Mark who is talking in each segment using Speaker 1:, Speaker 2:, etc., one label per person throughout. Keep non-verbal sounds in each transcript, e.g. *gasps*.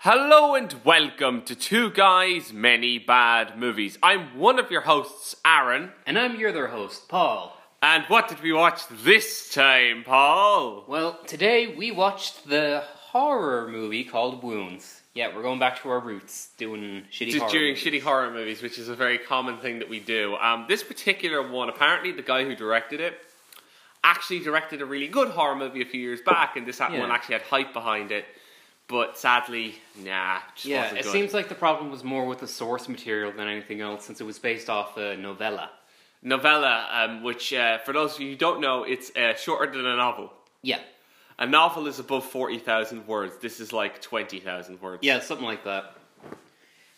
Speaker 1: Hello and welcome to Two Guys, Many Bad Movies. I'm one of your hosts, Aaron.
Speaker 2: And I'm your other host, Paul.
Speaker 1: And what did we watch this time, Paul?
Speaker 2: Well, today we watched the horror movie called Wounds. Yeah, we're going back to our roots, doing shitty
Speaker 1: Just
Speaker 2: horror.
Speaker 1: doing
Speaker 2: movies.
Speaker 1: shitty horror movies, which is a very common thing that we do. Um, this particular one, apparently, the guy who directed it actually directed a really good horror movie a few years back, and this
Speaker 2: Yeah.
Speaker 1: one actually had hype behind it. But sadly, nah, just
Speaker 2: Yeah,
Speaker 1: wasn't
Speaker 2: it
Speaker 1: good.
Speaker 2: seems like the problem was more with the source material than anything else, since it was based off a novella.
Speaker 1: novella, um, which uh, for those of you who don't know, it's uh, shorter than a novel.
Speaker 2: Yeah,
Speaker 1: A novel is above 40,000 words. This is like 20,000 words.
Speaker 2: yeah, something like that. But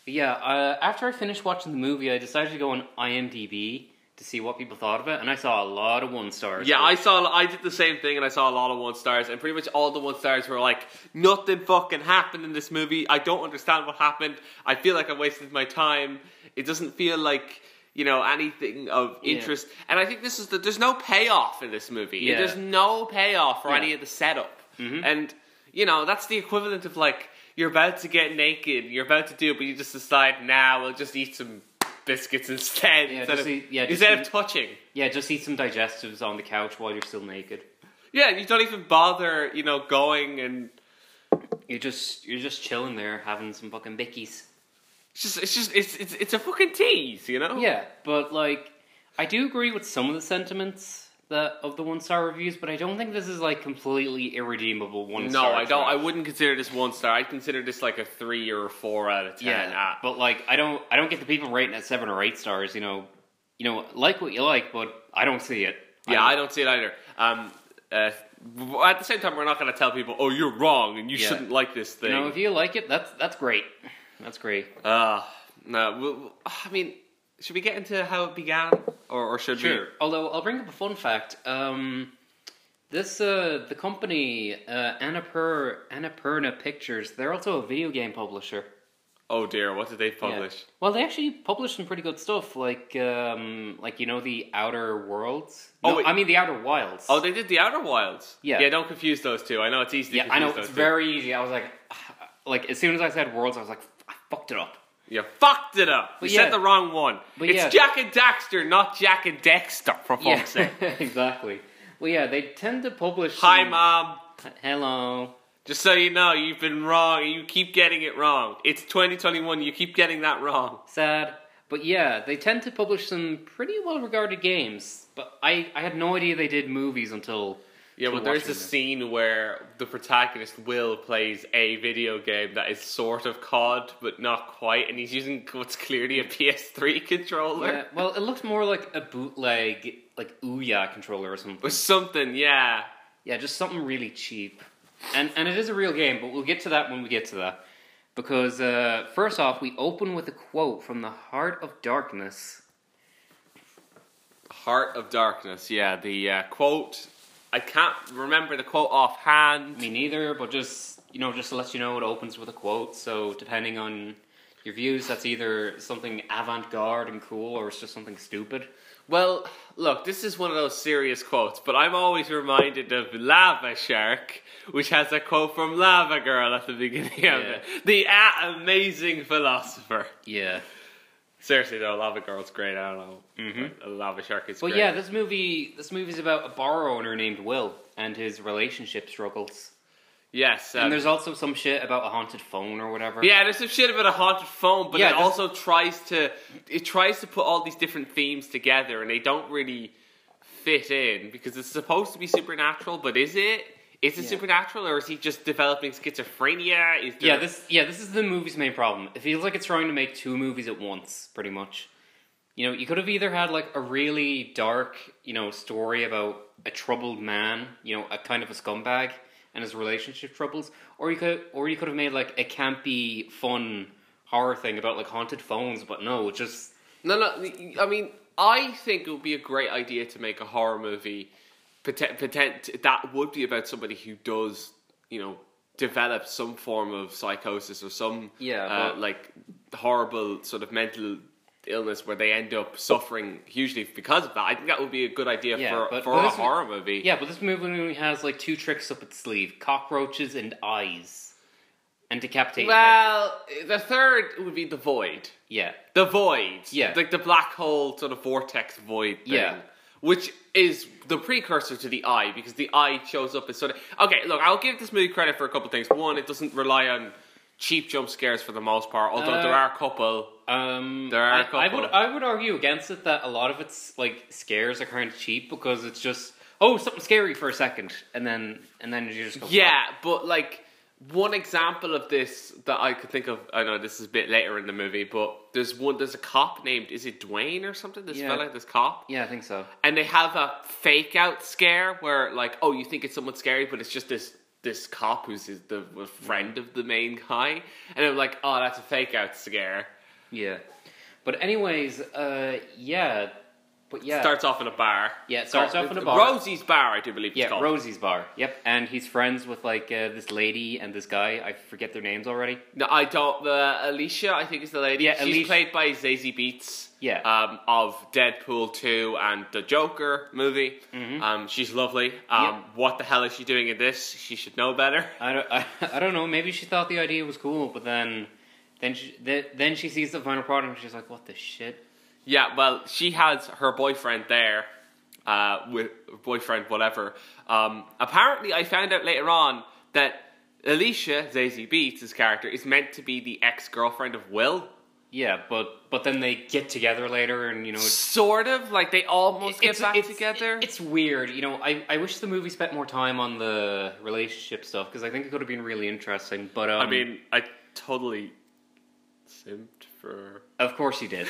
Speaker 2: yeah, uh, after I finished watching the movie, I decided to go on IMDb to see what people thought of it, and I saw a lot of one stars.
Speaker 1: Yeah, I saw, I did the same thing and I saw a lot of one stars, and pretty much all the one stars were like, nothing fucking happened in this movie. I don't understand what happened. I feel like I wasted my time. It doesn't feel like, you know, anything of
Speaker 2: Yeah.
Speaker 1: interest. And I think this is the, there's no payoff in this movie.
Speaker 2: Yeah.
Speaker 1: There's no payoff for
Speaker 2: Yeah. Mm-hmm.
Speaker 1: any of the setup. And, you know, that's the equivalent of like, you're about to get naked, you're about to do it, but you just decide, nah, we'll just eat some biscuits instead.
Speaker 2: Yeah,
Speaker 1: instead
Speaker 2: just
Speaker 1: of,
Speaker 2: eat- yeah, just
Speaker 1: instead of
Speaker 2: eat-
Speaker 1: touching.
Speaker 2: yeah, just eat some digestives on the couch while you're still naked.
Speaker 1: Yeah, you don't even bother, you know, going and
Speaker 2: You're just you're just chilling there, having some fucking bickies.
Speaker 1: it's just it's just it's it's, it's a fucking tease, you know?
Speaker 2: Yeah, but like, I do agree with some of the sentiments that of the one star reviews, but I don't think this is like completely irredeemable one
Speaker 1: No,
Speaker 2: star.
Speaker 1: I don't. I wouldn't consider this one star. I consider this like a three or a four out of ten.
Speaker 2: Yeah,
Speaker 1: Ah,
Speaker 2: but like, I don't. I don't get the people rating at seven or eight stars. You know, you know, like what you like, but I don't see it.
Speaker 1: yeah, I don't, see it either. Um, uh, w- at the same time, we're not going to tell people, oh, you're wrong and you
Speaker 2: Yeah.
Speaker 1: shouldn't like this
Speaker 2: You
Speaker 1: thing.
Speaker 2: know, if you like it, that's that's great. That's great.
Speaker 1: uh, no, we'll, we'll- I mean, should we get into how it began, or, or should we?
Speaker 2: Although I'll bring up a fun fact. Um, this uh, the company uh, Annapur, Annapurna Pictures. They're also a video game publisher.
Speaker 1: Oh dear, what did they
Speaker 2: Yeah.
Speaker 1: publish?
Speaker 2: Well, they actually published some pretty good stuff, like um, like you know the Outer Worlds.
Speaker 1: Oh,
Speaker 2: No,
Speaker 1: wait.
Speaker 2: I mean the Outer Wilds.
Speaker 1: Oh, they did the Outer Wilds.
Speaker 2: Yeah.
Speaker 1: yeah. Don't confuse those two. I know it's easy. To
Speaker 2: yeah, I know
Speaker 1: confuse
Speaker 2: it's
Speaker 1: those two.
Speaker 2: very easy. I was like, *sighs* like as soon as I said Worlds, I was like, I fucked it up.
Speaker 1: You fucked it up.
Speaker 2: But
Speaker 1: you
Speaker 2: yeah.
Speaker 1: said the wrong one.
Speaker 2: But
Speaker 1: it's
Speaker 2: yeah.
Speaker 1: Jack and Daxter, not Jack and Dexter, for fuck's sake.
Speaker 2: *laughs* exactly. Well, yeah, they tend to publish.
Speaker 1: Hi,
Speaker 2: some-
Speaker 1: Mom.
Speaker 2: Hello.
Speaker 1: Just so you know, you've been wrong and you keep getting it wrong. It's 2021, you keep getting that wrong.
Speaker 2: Sad. But yeah, they tend to publish some pretty well regarded games. But I, I had no idea they did movies until.
Speaker 1: Yeah,
Speaker 2: until
Speaker 1: well, there's
Speaker 2: watching
Speaker 1: a
Speaker 2: them.
Speaker 1: scene where the protagonist, Will, plays a video game that is sort of COD, but not quite, and he's using what's clearly a PS3 controller.
Speaker 2: Yeah, well, it looked more like a bootleg, like Ouya controller or something.
Speaker 1: Or something, yeah.
Speaker 2: Yeah, just something really cheap. And and it is a real game, but we'll get to that when we get to that. Because uh, first off, we open with a quote from the Heart of Darkness.
Speaker 1: Heart of Darkness, yeah. The uh, quote, I can't remember the quote offhand.
Speaker 2: Me neither, but just you know, just to let you know, it opens with a quote. So depending on your views, that's either something avant-garde and cool, or it's just something stupid.
Speaker 1: Well, look, this is one of those serious quotes, but I'm always reminded of Lava Shark, which has a quote from Lava Girl at the beginning of
Speaker 2: Yeah.
Speaker 1: it. The ah, amazing philosopher.
Speaker 2: Yeah.
Speaker 1: Seriously though, Lava Girl's great. I don't know. But Lava Shark is
Speaker 2: But
Speaker 1: great.
Speaker 2: Mm-hmm. yeah, this movie this movie's about a bar owner named Will and his relationship struggles.
Speaker 1: yes. Um,
Speaker 2: And there's also some shit about a haunted phone or whatever.
Speaker 1: yeah, there's some shit about a haunted phone, but
Speaker 2: Yeah,
Speaker 1: it
Speaker 2: there's-
Speaker 1: also tries to it tries to put all these different themes together, and they don't really fit in because it's supposed to be supernatural, but is it? Is it
Speaker 2: Yeah.
Speaker 1: supernatural, or is he just developing schizophrenia? Is there
Speaker 2: Yeah, this yeah, this is the movie's main problem. It feels like it's trying to make two movies at once, pretty much. You know, you could have either had like a really dark, you know, story about a troubled man, you know, a kind of a scumbag and his relationship troubles, or you could or you could have made like a campy, fun horror thing about like haunted phones, but no, it just
Speaker 1: No, no. I mean, I think it would be a great idea to make a horror movie potent, potent, that would be about somebody who does, you know, develop some form of psychosis or some
Speaker 2: Yeah,
Speaker 1: uh,
Speaker 2: but-
Speaker 1: like horrible sort of mental illness where they end up suffering hugely because of that. I think that would be a good idea
Speaker 2: Yeah,
Speaker 1: for
Speaker 2: but-
Speaker 1: for
Speaker 2: but
Speaker 1: a
Speaker 2: this-
Speaker 1: horror movie.
Speaker 2: Yeah, but this movie only has like two tricks up its sleeve, cockroaches and eyes. and decapitating. everything.
Speaker 1: Well, the third would be the void.
Speaker 2: yeah,
Speaker 1: The void.
Speaker 2: Yeah.
Speaker 1: Like the black hole sort of vortex void thing.
Speaker 2: Yeah.
Speaker 1: Which is the precursor to the eye because the eye shows up as sort of okay. Look, I'll give this movie credit for a couple things. One, it doesn't rely on cheap jump scares for the most part, although
Speaker 2: Uh,
Speaker 1: there are a couple.
Speaker 2: um,
Speaker 1: There are a
Speaker 2: I- I,
Speaker 1: couple.
Speaker 2: would I would argue against it that a lot of its like scares are kind of cheap because it's just oh something scary for a second and then and then you just go,
Speaker 1: Yeah, but like one example of this that I could think of. I know this is a bit later in the movie, but there's one. There's a cop named is it Dwayne or something? This
Speaker 2: Yeah.
Speaker 1: fella, this cop.
Speaker 2: yeah I think so
Speaker 1: and they have a fake out scare where like oh you think it's someone scary but it's just this this cop who's his, the a friend of the main guy and i'm like oh that's a fake out scare
Speaker 2: yeah. But anyways, uh, yeah, but yeah,
Speaker 1: starts off in a bar
Speaker 2: yeah, it starts off in a bar.
Speaker 1: rosie's bar i do believe it's
Speaker 2: Yeah,
Speaker 1: called.
Speaker 2: Rosie's bar. Yep, and he's friends with like uh, this lady and this guy. I forget their names already.
Speaker 1: no i don't the alicia i think is the lady
Speaker 2: Yeah,
Speaker 1: she's
Speaker 2: Alicia-
Speaker 1: played by zazie beats
Speaker 2: Yeah.
Speaker 1: um, of Deadpool 2 and the Joker movie. Um, she's lovely. Um,
Speaker 2: Mm-hmm. Yeah.
Speaker 1: What the hell is she doing in this? She should know better. *laughs*
Speaker 2: I don't, I, *laughs* I don't know. Maybe she thought the idea was cool, but then, then she, th- then she sees the final product and she's like, "What the shit?"
Speaker 1: Yeah, well, she has her boyfriend there, uh, with boyfriend whatever. Um, apparently, I found out later on that Alicia Zazie Beats' character is meant to be the ex girlfriend of Will.
Speaker 2: Yeah, but but then they get together later, and you know, it's,
Speaker 1: Sort of like they almost get
Speaker 2: it's-
Speaker 1: back
Speaker 2: it's-
Speaker 1: together.
Speaker 2: It's weird, you know. I, I wish the movie spent more time on the relationship stuff because I think it could have been really interesting. But um,
Speaker 1: I mean, I totally simped for
Speaker 2: of course
Speaker 1: *laughs*
Speaker 2: you did.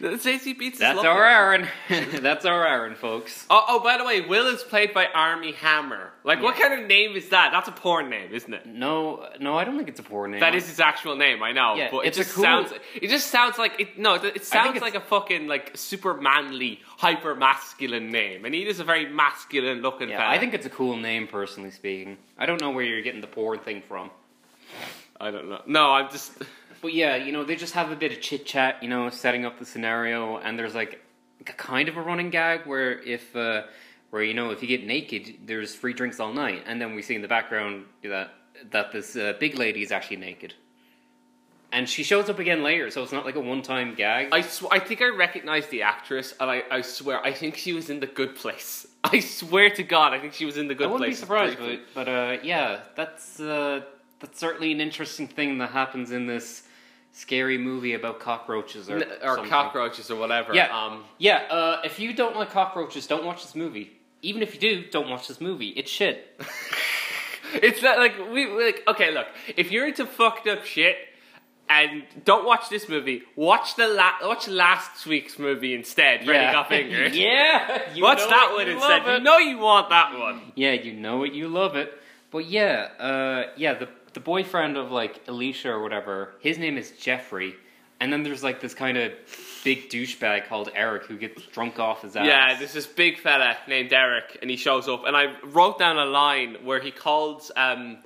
Speaker 1: Zazie Beats. is
Speaker 2: That's
Speaker 1: lovely.
Speaker 2: our Aaron. *laughs* That's our Aaron, folks.
Speaker 1: Oh, oh, by the way, Will is played by Army Hammer. Like, what
Speaker 2: Yeah.
Speaker 1: kind of name is that? That's a porn name, isn't it?
Speaker 2: No, no, I don't think it's a poor name.
Speaker 1: That is his actual name, I know.
Speaker 2: Yeah,
Speaker 1: but it
Speaker 2: it's a
Speaker 1: just
Speaker 2: cool-
Speaker 1: sounds. It just sounds like it. No, it- it sounds
Speaker 2: it's-
Speaker 1: like a fucking like super manly, hyper masculine name, and he is a very masculine looking.
Speaker 2: Yeah,
Speaker 1: fella.
Speaker 2: I think it's a cool name, personally speaking. I don't know where you're getting the porn thing from.
Speaker 1: I don't know. No, I'm just.
Speaker 2: But yeah, you know, they just have a bit of chit chat, you know, setting up the scenario, and there's like a kind of a running gag where if, uh, where you know, if you get naked, there's free drinks all night, and then we see in the background that that this uh, big lady is actually naked, and she shows up again later, so it's not like a one-time gag.
Speaker 1: I sw- I think I recognize the actress, and I, I swear I think she was in the Good Place. *laughs* I swear to God, I think she was in the Good
Speaker 2: I wouldn't
Speaker 1: Place.
Speaker 2: be surprised, but,
Speaker 1: briefly.
Speaker 2: but uh, yeah, that's uh, that's certainly an interesting thing that happens in this scary movie about cockroaches or
Speaker 1: N- or
Speaker 2: something.
Speaker 1: cockroaches or whatever.
Speaker 2: Yeah,
Speaker 1: Um,
Speaker 2: yeah. Uh, if you don't like cockroaches, don't watch this movie. Even if you do, don't watch this movie. It's shit.
Speaker 1: It's not like we we- like okay. Look, if you're into fucked up shit and don't watch this movie, watch the la- watch last week's movie instead. *laughs* Freddy
Speaker 2: yeah, *laughs*
Speaker 1: Got Fingered.
Speaker 2: yeah. You
Speaker 1: watch
Speaker 2: know
Speaker 1: that
Speaker 2: it,
Speaker 1: one
Speaker 2: you
Speaker 1: instead.
Speaker 2: love
Speaker 1: You
Speaker 2: it.
Speaker 1: know you want that one.
Speaker 2: Yeah, you know it. You love it. But yeah, uh, yeah. The the boyfriend of like Alicia or whatever. His name is Jeffrey. And then there's like this kind of big douchebag called Eric who gets drunk off his ass.
Speaker 1: Yeah, there's this big fella named Eric, and he shows up, and I wrote down a line where he calls um,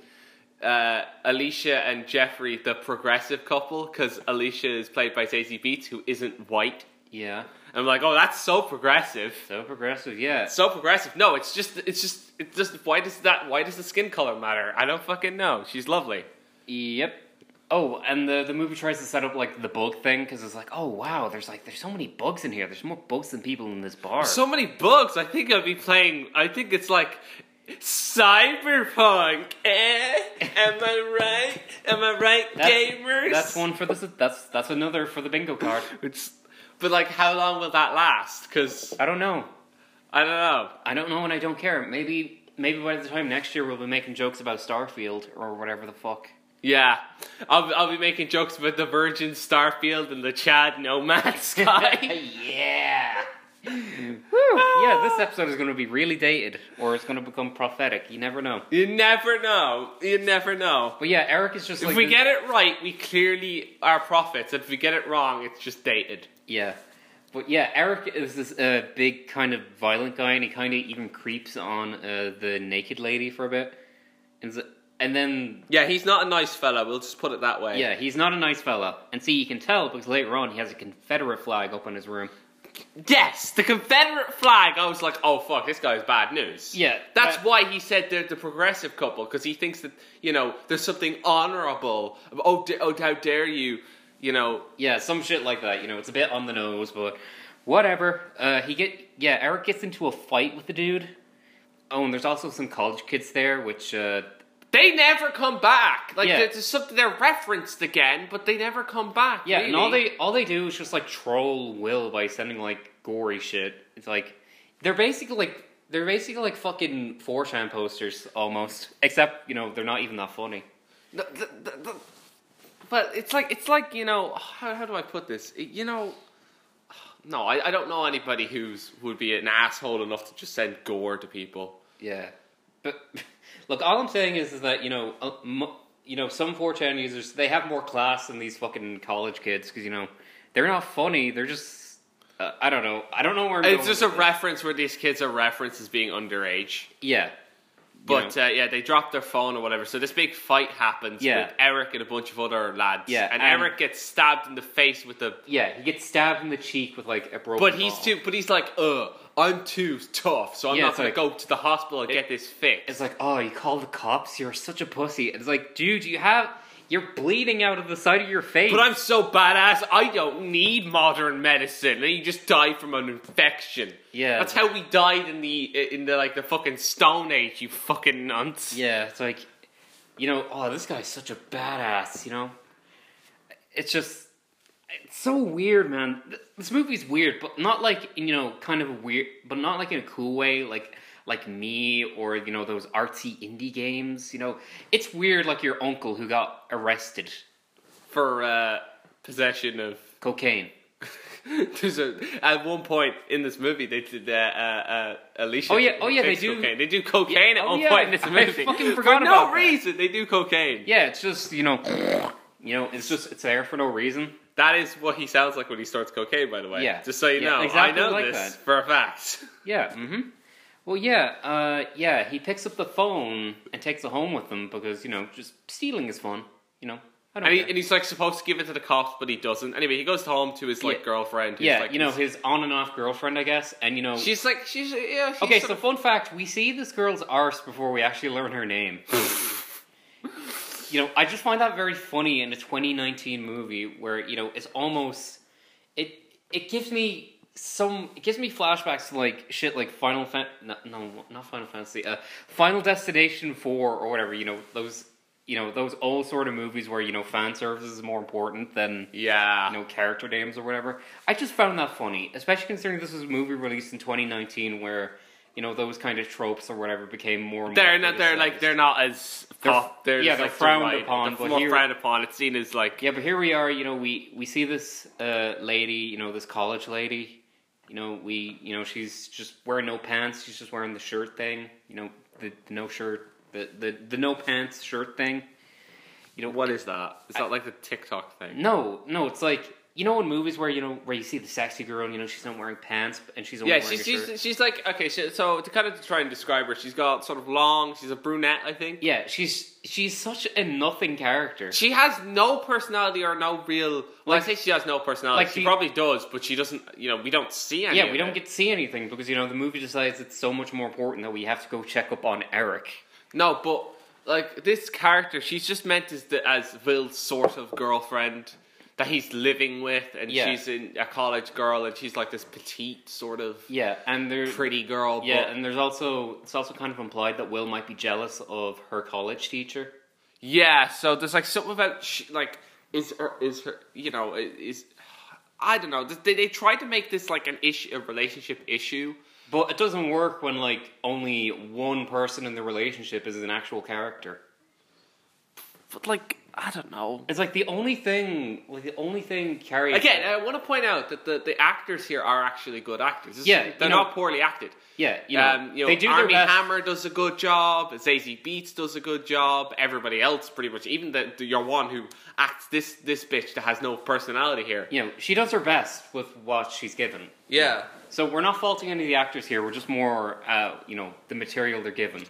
Speaker 1: uh, Alicia and Jeffrey the progressive couple because Alicia is played by Daisy Beats, who isn't white.
Speaker 2: yeah.
Speaker 1: I'm like, oh, that's so progressive.
Speaker 2: So progressive, yeah.
Speaker 1: so progressive. No, it's just it's just it's just why does that why does the skin color matter? I don't fucking know. She's lovely.
Speaker 2: Yep. Oh, and the the movie tries to set up like the bug thing because it's like, oh wow, there's like there's so many bugs in here. There's more bugs than people in this bar.
Speaker 1: So many bugs. I think I'd be playing. I think it's like cyberpunk. Eh? Am I right? Am I right,
Speaker 2: that's,
Speaker 1: gamers?
Speaker 2: That's one for the that's that's another for the bingo card.
Speaker 1: It's, but like, how long will that last? Because
Speaker 2: I don't know.
Speaker 1: I don't know.
Speaker 2: I don't know, and I don't care. Maybe maybe by the time next year we'll be making jokes about Starfield or whatever
Speaker 1: *laughs*
Speaker 2: the fuck.
Speaker 1: Yeah, I'll I'll be making jokes about the Virgin Starfield and the Chad Nomad *laughs*
Speaker 2: *laughs*
Speaker 1: Sky.
Speaker 2: yeah. Whew. Yeah, this episode is going to be really dated, or it's going to become prophetic. You never know.
Speaker 1: you never know. You never know.
Speaker 2: But yeah, Eric is just like
Speaker 1: if we
Speaker 2: this-
Speaker 1: get it right, we clearly are prophets. If we get it wrong, it's just dated.
Speaker 2: Yeah. But yeah, Eric is this uh, big kind of violent guy, and he kind of even creeps on uh, the naked lady for a bit. And, s- and then,
Speaker 1: Yeah, he's not a nice fella. We'll just put it that way.
Speaker 2: yeah, he's not a nice fella. And see, you can tell because later on he has a Confederate flag up on his room.
Speaker 1: Yes, the Confederate flag. I was like, oh fuck, this guy's bad news.
Speaker 2: Yeah,
Speaker 1: that's
Speaker 2: that-
Speaker 1: why he said they're the progressive couple because he thinks that you know there's something honourable. Oh, d- oh, how dare you? You know,
Speaker 2: Yeah, some shit like that. You know, it's a bit on the nose, but whatever. Uh, he get yeah, Eric gets into a fight with the dude. Oh, and there's also some college kids there, which uh,
Speaker 1: they never come back. Like
Speaker 2: Yeah.
Speaker 1: there's just something they're referenced again, but they never come back.
Speaker 2: yeah, and
Speaker 1: really.
Speaker 2: all they all they do is just like troll Will by sending like gory shit. It's like they're basically like they're basically like fucking 4chan posters almost, *laughs* except you know they're not even that funny.
Speaker 1: The- the- the- the- but it's like it's like you know how, how do I put this? You know, no, I, I don't know anybody who's would be an asshole enough to just send gore to people.
Speaker 2: Yeah, but *laughs* look, all I'm saying is, is that you know, uh, m- you know, some 4chan users they have more class than these fucking college kids because you know they're not funny. They're just uh, I don't know. I don't know where I'm
Speaker 1: It's
Speaker 2: going
Speaker 1: just a
Speaker 2: with this.
Speaker 1: reference where these kids are referenced as being underage.
Speaker 2: Yeah,
Speaker 1: But uh, yeah, they dropped their phone or whatever. So this big fight happens
Speaker 2: Yeah.
Speaker 1: with Eric and a bunch of other lads.
Speaker 2: Yeah,
Speaker 1: and,
Speaker 2: and-
Speaker 1: Eric gets stabbed in the face with the.
Speaker 2: yeah. He gets stabbed in the cheek with like a broken.
Speaker 1: But he's
Speaker 2: ball.
Speaker 1: too. But he's like, uh, I'm too tough, so I'm
Speaker 2: Yeah,
Speaker 1: not
Speaker 2: it's
Speaker 1: gonna
Speaker 2: like-
Speaker 1: go to the hospital and get this fixed.
Speaker 2: It's like, oh, you called the cops. You're such a pussy. It's like, dude, you have you're bleeding out of the side of your face.
Speaker 1: But I'm so badass, I don't need modern medicine. And you just die from an infection.
Speaker 2: Yeah.
Speaker 1: that's how we died in the in the like the fucking Stone Age. You fucking nuts.
Speaker 2: Yeah, it's like, you know, oh, this guy's such a badass, you know? It's just, it's so weird, man. Th- This movie's weird, but not like, you know, kind of weird, but not like in a cool way, like, like me or, you know, those artsy indie games, you know? It's weird, like your uncle who got arrested.
Speaker 1: For uh, possession of *laughs*
Speaker 2: Cocaine.
Speaker 1: There's a, at one point in this movie they did uh, uh, uh, Alicia.
Speaker 2: Oh, yeah, oh, yeah, they
Speaker 1: takes
Speaker 2: do-
Speaker 1: Cocaine. They do cocaine
Speaker 2: Yeah,
Speaker 1: at
Speaker 2: oh,
Speaker 1: one
Speaker 2: yeah,
Speaker 1: point in this
Speaker 2: I
Speaker 1: movie. *laughs*
Speaker 2: fucking forgot
Speaker 1: for
Speaker 2: about
Speaker 1: no
Speaker 2: that.
Speaker 1: reason they do cocaine.
Speaker 2: Yeah, it's just, you know, you know, it's just, it's there for no reason.
Speaker 1: That is what he sounds like when he starts cocaine. By the way,
Speaker 2: Yeah.
Speaker 1: Just so you
Speaker 2: Yeah,
Speaker 1: know,
Speaker 2: exactly
Speaker 1: I know
Speaker 2: like
Speaker 1: this
Speaker 2: that.
Speaker 1: for a fact. *laughs*
Speaker 2: Yeah. Mm-hmm. Well, yeah, uh, yeah. He picks up the phone and takes it home with him because you know, just stealing is fun. You know, I don't.
Speaker 1: And, he,
Speaker 2: care.
Speaker 1: and he's like supposed to give it to the cops, but he doesn't. Anyway, he goes home to his like
Speaker 2: Yeah.
Speaker 1: girlfriend. Who's,
Speaker 2: yeah,
Speaker 1: like,
Speaker 2: you know,
Speaker 1: his-
Speaker 2: his on and off girlfriend, I guess, and you know.
Speaker 1: she's like she's yeah. She's
Speaker 2: okay,
Speaker 1: sort
Speaker 2: so
Speaker 1: of-
Speaker 2: fun fact: we see this girl's arse before we actually learn her name. you know, I just find that very funny in a 2019 movie where you know it's almost it. It gives me some. It gives me flashbacks to like shit like Final Fan. No, no not Final Fantasy. Uh, Final Destination Four or whatever. You know those. You know those old sort of movies where you know fan service is more important than
Speaker 1: yeah.
Speaker 2: no character names or whatever. I just found that funny, especially considering this was a movie released in 2019 where, you know, those kind of tropes or whatever became more. and
Speaker 1: They're
Speaker 2: more
Speaker 1: not. They're like.
Speaker 2: criticized.
Speaker 1: They're not as.
Speaker 2: They're-
Speaker 1: pop- They're,
Speaker 2: yeah,
Speaker 1: just,
Speaker 2: they're
Speaker 1: like,
Speaker 2: frowned
Speaker 1: derided.
Speaker 2: upon,
Speaker 1: They're
Speaker 2: but
Speaker 1: more
Speaker 2: here-
Speaker 1: frowned upon. It's seen as like
Speaker 2: Yeah, but here we are. You know, we we see this uh, lady. You know, this college lady. You know, we. You know, she's just wearing no pants. She's just wearing the shirt thing. You know, the, the no shirt, the, the the no pants shirt thing. You know
Speaker 1: What is that? Is that like the TikTok thing?
Speaker 2: No, no, it's like you know in movies where you know where you see the sexy girl and you know she's not wearing pants and she's only
Speaker 1: Yeah,
Speaker 2: wearing
Speaker 1: she's,
Speaker 2: a shirt.
Speaker 1: she's she's like okay. She, so to kind of try and describe her, she's got sort of long. She's a brunette, I think.
Speaker 2: Yeah, she's she's such a nothing character.
Speaker 1: She has no personality or no real. Well, I say she has no personality.
Speaker 2: like
Speaker 1: she
Speaker 2: the-
Speaker 1: probably does, but she doesn't. You know, we don't see any.
Speaker 2: yeah,
Speaker 1: of it.
Speaker 2: we don't get to see anything because you know the movie decides it's so much more important that we have to go check up on Eric.
Speaker 1: No, but like this character, she's just meant as the, as Will's sort of girlfriend that he's living with, and
Speaker 2: Yeah.
Speaker 1: she's in a college girl, and she's like this petite sort of
Speaker 2: Yeah, and there's
Speaker 1: pretty girl.
Speaker 2: yeah,
Speaker 1: but,
Speaker 2: and there's also it's also kind of implied that Will might be jealous of her college teacher.
Speaker 1: Yeah, so there's like something about sh like is her is her you know i- is I don't know. They they tried to make this like an issue a relationship issue.
Speaker 2: But it doesn't work when like only one person in the relationship is an actual character.
Speaker 1: But like I don't know.
Speaker 2: It's like the only thing, like the only thing Carrie
Speaker 1: Again, I want to point out that the, the actors here are actually good actors. This is-
Speaker 2: Yeah, you
Speaker 1: they're
Speaker 2: know-
Speaker 1: not poorly acted.
Speaker 2: Yeah, you know,
Speaker 1: um, you know
Speaker 2: they do
Speaker 1: Army
Speaker 2: their best.
Speaker 1: Hammer does a good job. Zazie Beats does a good job. Everybody else, pretty much, even the, the your one who acts this this bitch that has no personality here.
Speaker 2: you know, she does her best with what she's given.
Speaker 1: Yeah,
Speaker 2: So we're not faulting any of the actors here. We're just more, uh, you know, the material they're given.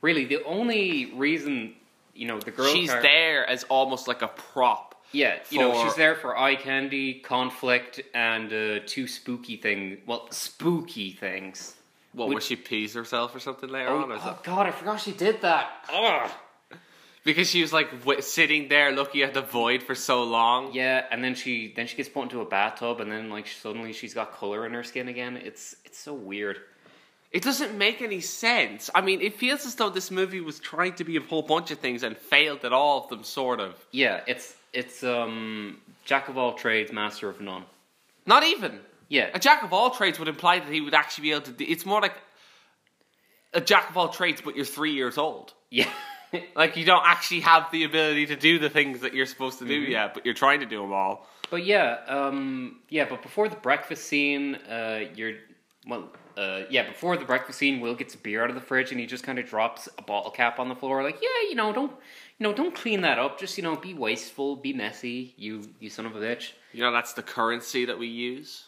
Speaker 2: Really, the only reason, you know, the girl
Speaker 1: she's
Speaker 2: char-
Speaker 1: there as almost like a prop.
Speaker 2: Yeah, you know,
Speaker 1: for-
Speaker 2: she's there for eye candy, conflict, and uh, two spooky things. Well, spooky things.
Speaker 1: What,
Speaker 2: Would-
Speaker 1: where she pees herself or something later
Speaker 2: Oh, Ah.
Speaker 1: on? Or something?
Speaker 2: oh, God, I forgot she did that. Ugh.
Speaker 1: Because she was like w- sitting there looking at the void for so long.
Speaker 2: Yeah, and then she then she gets put into a bathtub, and then like suddenly she's got color in her skin again. It's it's so weird.
Speaker 1: It doesn't make any sense. I mean, it feels as though this movie was trying to be a whole bunch of things and failed at all of them, sort of.
Speaker 2: Yeah, it's it's um jack of all trades, master of none.
Speaker 1: Not even.
Speaker 2: Yeah,
Speaker 1: A jack of all trades would imply that he would actually be able to. Do, it's more like a jack of all trades, but you're three years old.
Speaker 2: yeah, *laughs*
Speaker 1: Like you don't actually have the ability to do the things that you're supposed to
Speaker 2: Mm-hmm.
Speaker 1: do yet, but you're trying to do them all.
Speaker 2: but yeah, um, yeah. But before the breakfast scene, uh, you're well, uh, yeah. Before the breakfast scene, Will gets a beer out of the fridge, and he just kind of drops a bottle cap on the floor, like, yeah, you know, don't you know, don't clean that up. Just you know, be wasteful, be messy. You you son of a bitch.
Speaker 1: You know that's the currency that we use.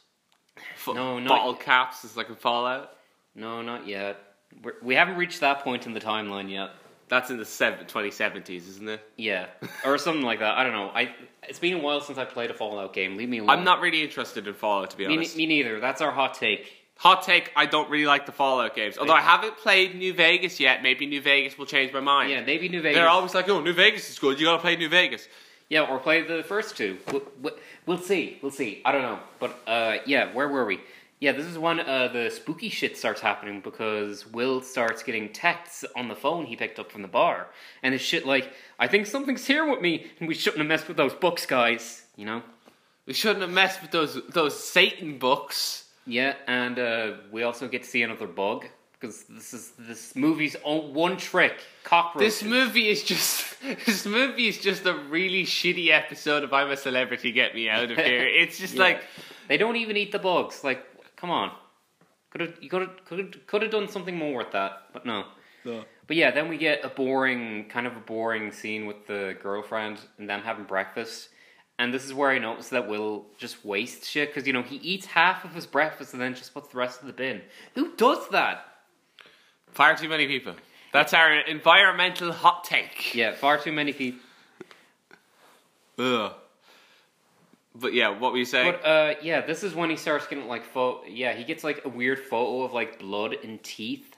Speaker 1: F-
Speaker 2: No, not-
Speaker 1: bottle caps is like a Fallout.
Speaker 2: No, not yet. We're, we haven't reached that point in the timeline yet.
Speaker 1: That's in the seven, 2070s, isn't it?
Speaker 2: Yeah,
Speaker 1: *laughs*
Speaker 2: or something like that. I don't know. I it's been a while since I played a Fallout game. Leave me alone.
Speaker 1: I'm not really interested in Fallout to be
Speaker 2: Me,
Speaker 1: honest.
Speaker 2: me neither. That's our hot take.
Speaker 1: Hot take: I don't really like the Fallout games. Although I haven't played New Vegas yet. Maybe New Vegas will change my mind.
Speaker 2: Yeah, maybe New Vegas.
Speaker 1: They're always like, "Oh, New Vegas is good. You gotta play New Vegas."
Speaker 2: yeah, or play the first two. We'll, we'll- we'll see. We'll see. I don't know. But uh, yeah, where were we? Yeah, this is when uh, the spooky shit starts happening because Will starts getting texts on the phone he picked up from the bar, and it's shit like, "I think something's here with me, and we shouldn't have messed with those books, guys." You know.
Speaker 1: We shouldn't have messed with those those Satan books.
Speaker 2: Yeah, and uh, we also get to see another bug because this is this movie's own one trick cockroach.
Speaker 1: This movie is just *laughs* this movie is just a really shitty episode of I'm a Celebrity, Get Me Out of *laughs* Here. It's just
Speaker 2: Yeah.
Speaker 1: like
Speaker 2: they don't even eat the bugs. Like, come on, could have you could have could could have done something more with that, but no. But yeah, then we get a boring kind of a boring scene with the girlfriend and them having breakfast. And this is where I notice that Will just wastes shit because you know he eats half of his breakfast and then just puts the rest in the bin. Who does that?
Speaker 1: fire too many people. That's our environmental hot take.
Speaker 2: Yeah, far too many people.
Speaker 1: Ugh. But yeah, what were you saying?
Speaker 2: But uh, yeah, this is when he starts getting like photo. Yeah, he gets like a weird photo of like blood and teeth.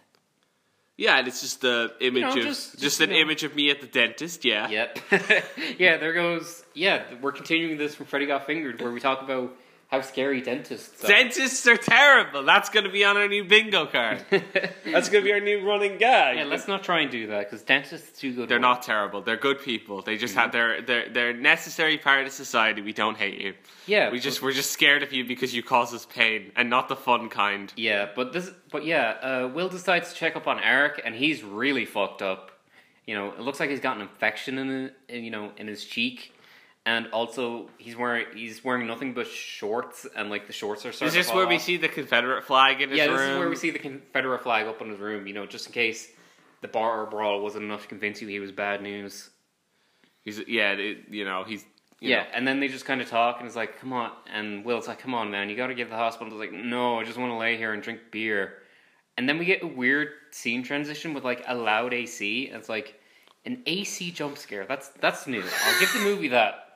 Speaker 1: yeah, and it's just the image
Speaker 2: know,
Speaker 1: of
Speaker 2: just-
Speaker 1: just,
Speaker 2: just,
Speaker 1: an
Speaker 2: you know.
Speaker 1: image of me at the dentist. Yeah.
Speaker 2: Yep. *laughs* yeah, there goes. Yeah, we're continuing this from Freddy Got Fingered, where we talk about how scary dentists. are. *laughs*
Speaker 1: Dentists are terrible. That's going to be on our new bingo *laughs* card. That's going to be our new running gag.
Speaker 2: yeah, let's not try and do that because dentists do good.
Speaker 1: They're
Speaker 2: work.
Speaker 1: not terrible. They're good people. They just have their they're they're a necessary part of society. We don't hate you.
Speaker 2: Yeah,
Speaker 1: We
Speaker 2: but-
Speaker 1: just we're just scared of you because you cause us pain and not the fun kind.
Speaker 2: Yeah, but this. But yeah, uh, Will decides to check up on Eric, and he's really fucked up. You know, it looks like he's got an infection in, the, in you know, in his cheek, and also he's wearing he's wearing nothing but shorts, and like the shorts are. starting
Speaker 1: Is
Speaker 2: to
Speaker 1: this
Speaker 2: fall
Speaker 1: where we
Speaker 2: off.
Speaker 1: see the Confederate flag in his
Speaker 2: Yeah,
Speaker 1: room?
Speaker 2: this is where we see the Confederate flag up on his room, you know, just in case the bar brawl wasn't enough to convince you he was bad news.
Speaker 1: He's, yeah, it, you know he's you
Speaker 2: yeah,
Speaker 1: know.
Speaker 2: and then they just kind of talk, and it's like, come on, and Will's like, come on, man, you gotta give the hospital. He's like, no, I just want to lay here and drink beer. And then we get a weird scene transition with like a loud AC. and It's like an AC jump scare. That's that's new. I'll give the movie that.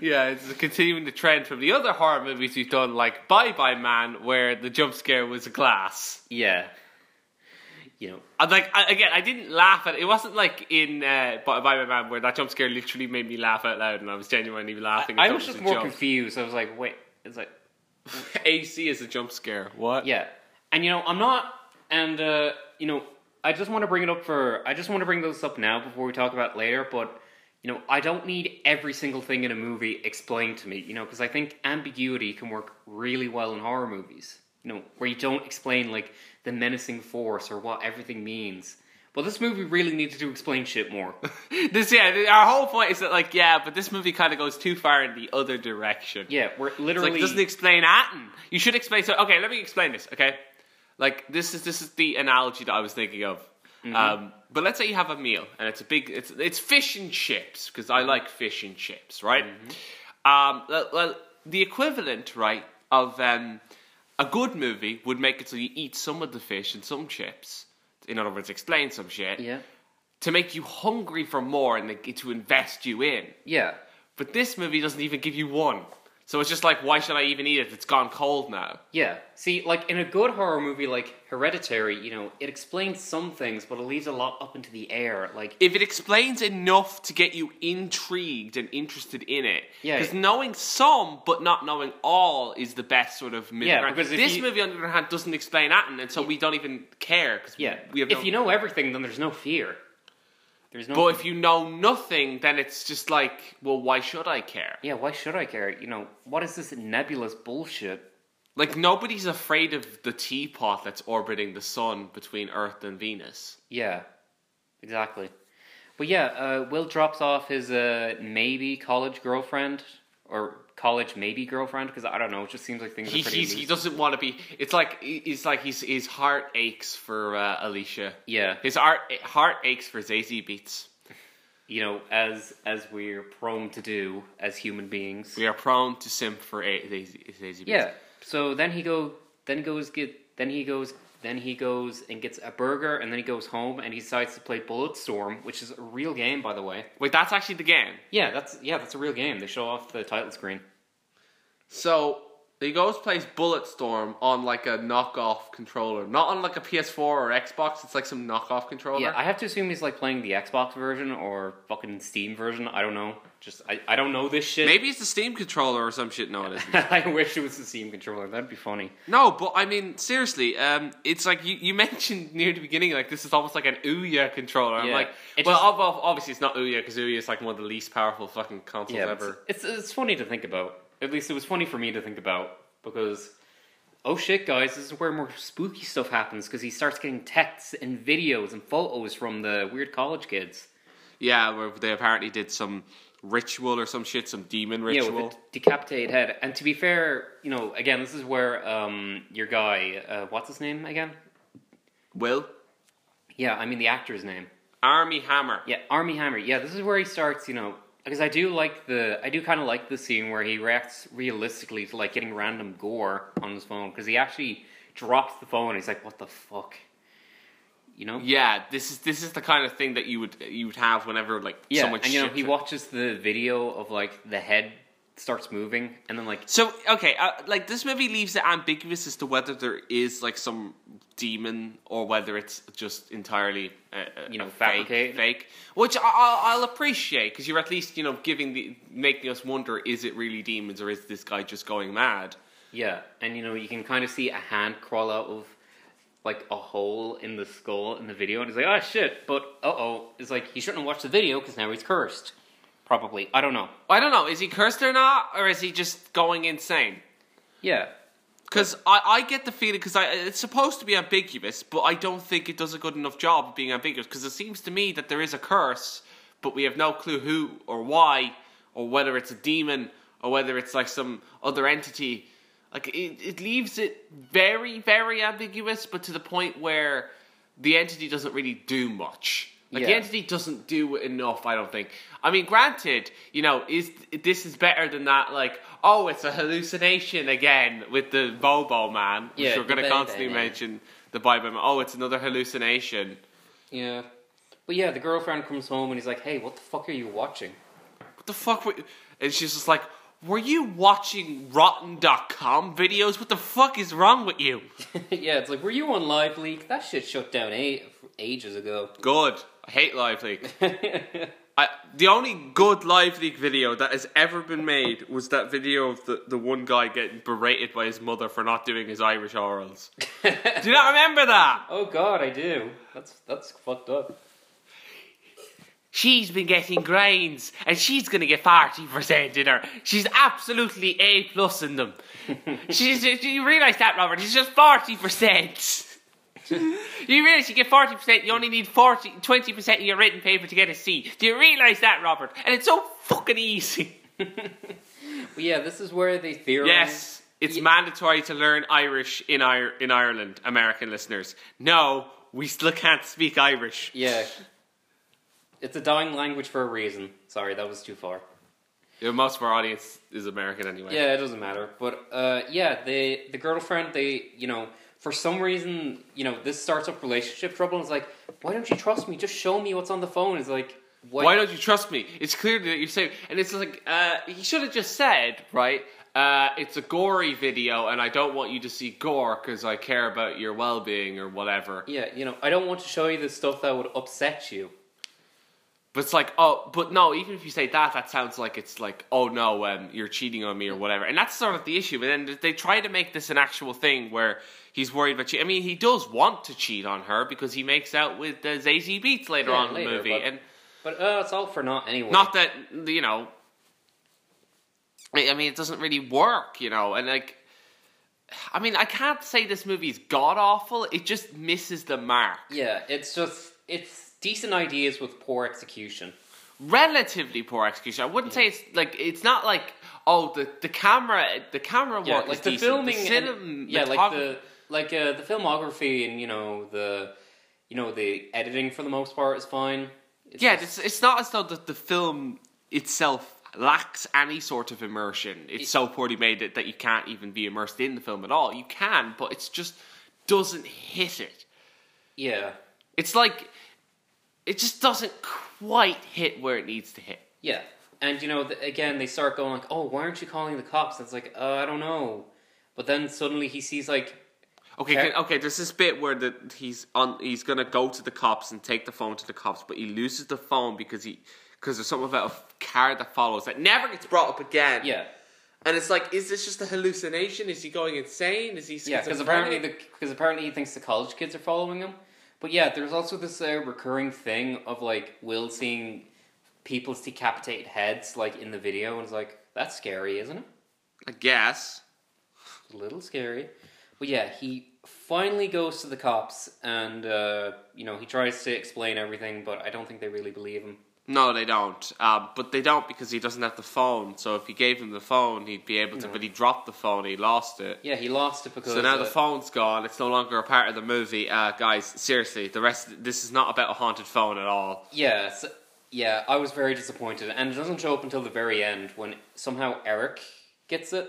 Speaker 1: yeah. It's continuing the trend from the other horror movies we've done, like Bye Bye Man, where the jump scare was glass.
Speaker 2: Yeah, you know,
Speaker 1: And like I, again, I didn't laugh at it. It wasn't like in uh, Bye Bye Man where that jump scare literally made me laugh out loud, and I was genuinely laughing. and
Speaker 2: I
Speaker 1: thought
Speaker 2: was
Speaker 1: it
Speaker 2: just
Speaker 1: a
Speaker 2: more
Speaker 1: joke.
Speaker 2: confused. I was like, wait, it's like
Speaker 1: AC is *laughs* a jump scare. What?
Speaker 2: Yeah, and you know I'm not, and uh, you know I just want to bring it up for I just want to bring those up now before we talk about it later. But you know I don't need every single thing in a movie explained to me. You know because I think ambiguity can work really well in horror movies. You know where you don't explain like the menacing force or what everything means. Well, this movie really needed to explain shit
Speaker 1: *laughs*
Speaker 2: more.
Speaker 1: This yeah. th- Our whole point is that like yeah, but this movie kind of goes too far in the other direction.
Speaker 2: Yeah, we're
Speaker 1: It's like
Speaker 2: literally
Speaker 1: it doesn't explain Atten. You should explain. So okay, let me explain this. Okay, like this is this is the analogy that I was thinking of.
Speaker 2: Mm-hmm.
Speaker 1: Um, but let's say you have a meal and it's a big it's it's fish and chips because
Speaker 2: Mm-hmm.
Speaker 1: I like fish and chips, right? Um, well- well, the equivalent, right, of um, a good movie would make it so you eat some of the fish and some chips. In other words, explain some shit
Speaker 2: yeah
Speaker 1: to make you hungry for more and to invest you in.
Speaker 2: yeah
Speaker 1: But this movie doesn't even give you one. So it's just like, why should I even eat it? It's gone cold now.
Speaker 2: Yeah. See, like in a good horror movie like Hereditary, you know, it explains some things, but it leaves a lot up into the air. Like,
Speaker 1: If it explains enough to get you intrigued and interested in it,
Speaker 2: Yeah.
Speaker 1: because knowing some but not knowing all is the best sort of middle
Speaker 2: Yeah,
Speaker 1: ground.
Speaker 2: because if
Speaker 1: this
Speaker 2: you-
Speaker 1: movie, on the other hand, doesn't explain anything, and so we don't even care. Cause
Speaker 2: yeah.
Speaker 1: we have
Speaker 2: if
Speaker 1: no-
Speaker 2: you know everything, then there's no fear. There's no.
Speaker 1: But if you know nothing, then it's just like, well, why should I care?
Speaker 2: yeah, why should I care? You know, what is this nebulous bullshit?
Speaker 1: Like nobody's afraid of the teapot that's orbiting the sun between Earth and Venus.
Speaker 2: Yeah, exactly. But yeah, uh, Will drops off his uh, maybe college girlfriend or college maybe girlfriend because I don't know. It just seems like things
Speaker 1: He,
Speaker 2: are pretty.
Speaker 1: he's, he
Speaker 2: loose.
Speaker 1: doesn't want to be. It's like it's like his his heart aches for uh, Alicia.
Speaker 2: yeah,
Speaker 1: His heart heart aches for Zazie Beats.
Speaker 2: you know, as as we're prone to do as human beings.
Speaker 1: We are prone to simp for a- Zazie, Zazie Beats.
Speaker 2: Yeah. So then he go then goes get then he goes then he goes and gets a burger and then he goes home and he decides to play Bulletstorm, which is a real game by the way.
Speaker 1: Wait, that's actually the game.
Speaker 2: Yeah, that's yeah, that's a real game. They show off the title screen.
Speaker 1: So he goes plays Bulletstorm on like a knockoff controller, not on like a PS4 or Xbox. It's like some knockoff controller.
Speaker 2: Yeah, I have to assume he's like playing the Xbox version or fucking Steam version. I don't know. Just I, I don't know this shit.
Speaker 1: Maybe it's the Steam controller or some shit. No, it isn't.
Speaker 2: *laughs* I wish it was the Steam controller. That'd be funny.
Speaker 1: no, but I mean seriously, um, it's like you, *laughs* you mentioned near the beginning, like this is almost like an Ouya controller. I'm
Speaker 2: Yeah.
Speaker 1: like,
Speaker 2: It
Speaker 1: well,
Speaker 2: just-
Speaker 1: ob- ob- obviously it's not Ouya because Ouya is like one of the least powerful fucking consoles
Speaker 2: Yeah, but
Speaker 1: ever.
Speaker 2: it's, it's it's funny to think about. At least it was funny for me to think about because oh shit, guys, this is where more spooky stuff happens because he starts getting texts and videos and photos from the weird college kids.
Speaker 1: Yeah, where they apparently did some ritual or some shit, some demon
Speaker 2: Yeah,
Speaker 1: ritual.
Speaker 2: with a decapitated head. And to be fair, you know, again, this is where um your guy, uh, what's his name again?
Speaker 1: Will
Speaker 2: Yeah, I mean the actor's name.
Speaker 1: Army Hammer?
Speaker 2: Yeah, Army Hammer. Yeah, this is where he starts, you know, because I do like the, I do kind of like the scene where he reacts realistically to like getting random gore on his phone because he actually drops the phone and he's like, "What the fuck," you know?
Speaker 1: Yeah, this is this is the kind of thing that you would you would have whenever like
Speaker 2: Yeah,
Speaker 1: someone.
Speaker 2: and you know
Speaker 1: shits
Speaker 2: he
Speaker 1: it.
Speaker 2: watches the video of like the head starts moving and then like
Speaker 1: So okay, uh, like this movie leaves it ambiguous as to whether there is like some demon or whether it's just entirely uh,
Speaker 2: You know,
Speaker 1: fake,
Speaker 2: fabricated.
Speaker 1: fake, which I, I'll, I'll appreciate because you're at least you know giving the making us wonder is it really demons or is this guy just going mad?
Speaker 2: yeah, and you know you can kind of see a hand crawl out of like a hole in the skull in the video and he's like, "Oh shit," but uh oh, it's like he shouldn't have watched the video because now he's cursed. Probably, I don't know.
Speaker 1: I don't know. Is he cursed or not, or is he just going insane?
Speaker 2: Yeah,
Speaker 1: Because I, I get the feeling because it's supposed to be ambiguous, but I don't think it does a good enough job of being ambiguous. Because it seems to me that there is a curse, but we have no clue who or why, or whether it's a demon or whether it's like some other entity. Like it, it leaves it very very ambiguous, but to the point where the entity doesn't really do much. Like the
Speaker 2: Yeah.
Speaker 1: entity doesn't do enough, I don't think. I mean, granted, you know, is this is better than that? Like, oh, it's a hallucination again with the Bobo man, which
Speaker 2: Yeah,
Speaker 1: we're going to
Speaker 2: the
Speaker 1: constantly
Speaker 2: Bobo Man.
Speaker 1: mention the Bobo man. Oh, it's another hallucination.
Speaker 2: Yeah. But yeah, the girlfriend comes home and he's like, hey, what the fuck are you watching? *laughs*
Speaker 1: What the fuck? Were and she's just like, were you watching Rotten.com videos? What the fuck is wrong with you?
Speaker 2: yeah, it's like, were you on Live Leak? That shit shut down a- ages ago. *laughs*
Speaker 1: Good. I hate Live Leak.
Speaker 2: yeah,
Speaker 1: I, the only good live leak video that has ever been made was that video of the, the one guy getting berated by his mother for not doing his Irish orals. do you not remember that?
Speaker 2: oh god, I do. That's that's fucked up.
Speaker 1: She's been getting grains and she's gonna get forty percent in her. She's absolutely A plus in *laughs* them. She's do you realise that, Robert? She's just forty *laughs* percent. You realise you get 40%, you only need 40, 20% of your written paper to get a C. Do you realise that, Robert? And it's so fucking easy.
Speaker 2: But yeah, this is where they theorize.
Speaker 1: Yes, it's mandatory to learn Irish in Ir- in Ireland, American listeners. No, we still can't speak Irish.
Speaker 2: Yeah. It's a dying language for a reason. Sorry, that was too far.
Speaker 1: Yeah, Most of our audience is American anyway.
Speaker 2: Yeah, it doesn't matter. But uh, yeah, the the girlfriend, they you know, for some reason, you know, this starts up relationship trouble. And it's like, why don't you trust me? Just show me what's on the phone. It's like,
Speaker 1: Why, don't you trust me? It's clear that you're safe. And it's like, uh, he should have just said, right? Uh, it's a gory video, and I don't want you to see gore because I care about your well being or whatever.
Speaker 2: Yeah, you know, I don't want to show you the stuff that would upset you.
Speaker 1: But it's like, oh, but no, even if you say that, that sounds like it's like, oh no, um, you're cheating on me or whatever. And that's sort of the issue. But then they try to make this an actual thing where he's worried about cheating. I mean, he does want to cheat on her because he makes out with the Zazie Beats later
Speaker 2: Yeah,
Speaker 1: on in the
Speaker 2: later,
Speaker 1: movie.
Speaker 2: but-
Speaker 1: and
Speaker 2: But uh, it's all for naught anyway.
Speaker 1: not that, you know, I I mean, it doesn't really work, you know. And like, I mean, I can't say this movie's god awful, it just misses the mark.
Speaker 2: Yeah, it's just it's decent ideas with poor execution.
Speaker 1: relatively poor execution. I wouldn't say it's like it's not like oh the the camera the camera
Speaker 2: Yeah,
Speaker 1: work
Speaker 2: like
Speaker 1: is
Speaker 2: the
Speaker 1: decent.
Speaker 2: filming.
Speaker 1: the
Speaker 2: and, yeah, like the like uh, the filmography and you know the you know the editing for the most part is fine. It's
Speaker 1: yeah
Speaker 2: just-
Speaker 1: it's it's not as though that the film itself lacks any sort of immersion. It's so poorly made that, that you can't even be immersed in the film at all. You can, but it's just doesn't hit it.
Speaker 2: yeah,
Speaker 1: It's like it just doesn't quite hit where it needs to hit.
Speaker 2: yeah. And you know, the, again, they start going like, "Oh, why aren't you calling the cops?" And it's like, uh, "I don't know." But then suddenly he sees like,
Speaker 1: Okay,
Speaker 2: Okay.
Speaker 1: okay. okay. There's this bit where the, he's on. He's gonna go to the cops and take the phone to the cops, but he loses the phone because he because there's something about a car that follows that never gets brought up again.
Speaker 2: yeah,
Speaker 1: And it's like, is this just a hallucination? Is he going insane? Is he?
Speaker 2: yeah, because
Speaker 1: schizophrenic?
Speaker 2: apparently the because apparently he thinks the college kids are following him. But yeah, there's also this uh, recurring thing of like Will seeing people's decapitated heads like in the video, and it's like that's scary, isn't it?
Speaker 1: I guess.
Speaker 2: a little scary. But yeah, he finally goes to the cops and, uh, you know, he tries to explain everything, but I don't think they really believe him.
Speaker 1: No, they don't. Um, but they don't because he doesn't have the phone. So if he gave him the phone, he'd be able to.
Speaker 2: No.
Speaker 1: But he dropped the phone. He lost it.
Speaker 2: Yeah, he lost it because.
Speaker 1: So now
Speaker 2: uh,
Speaker 1: the phone's gone. It's no longer a part of the movie. Uh, guys, seriously, the rest. This is not about a haunted phone at all.
Speaker 2: Yeah, so, yeah, I was very disappointed. And it doesn't show up until the very end when somehow Eric gets it,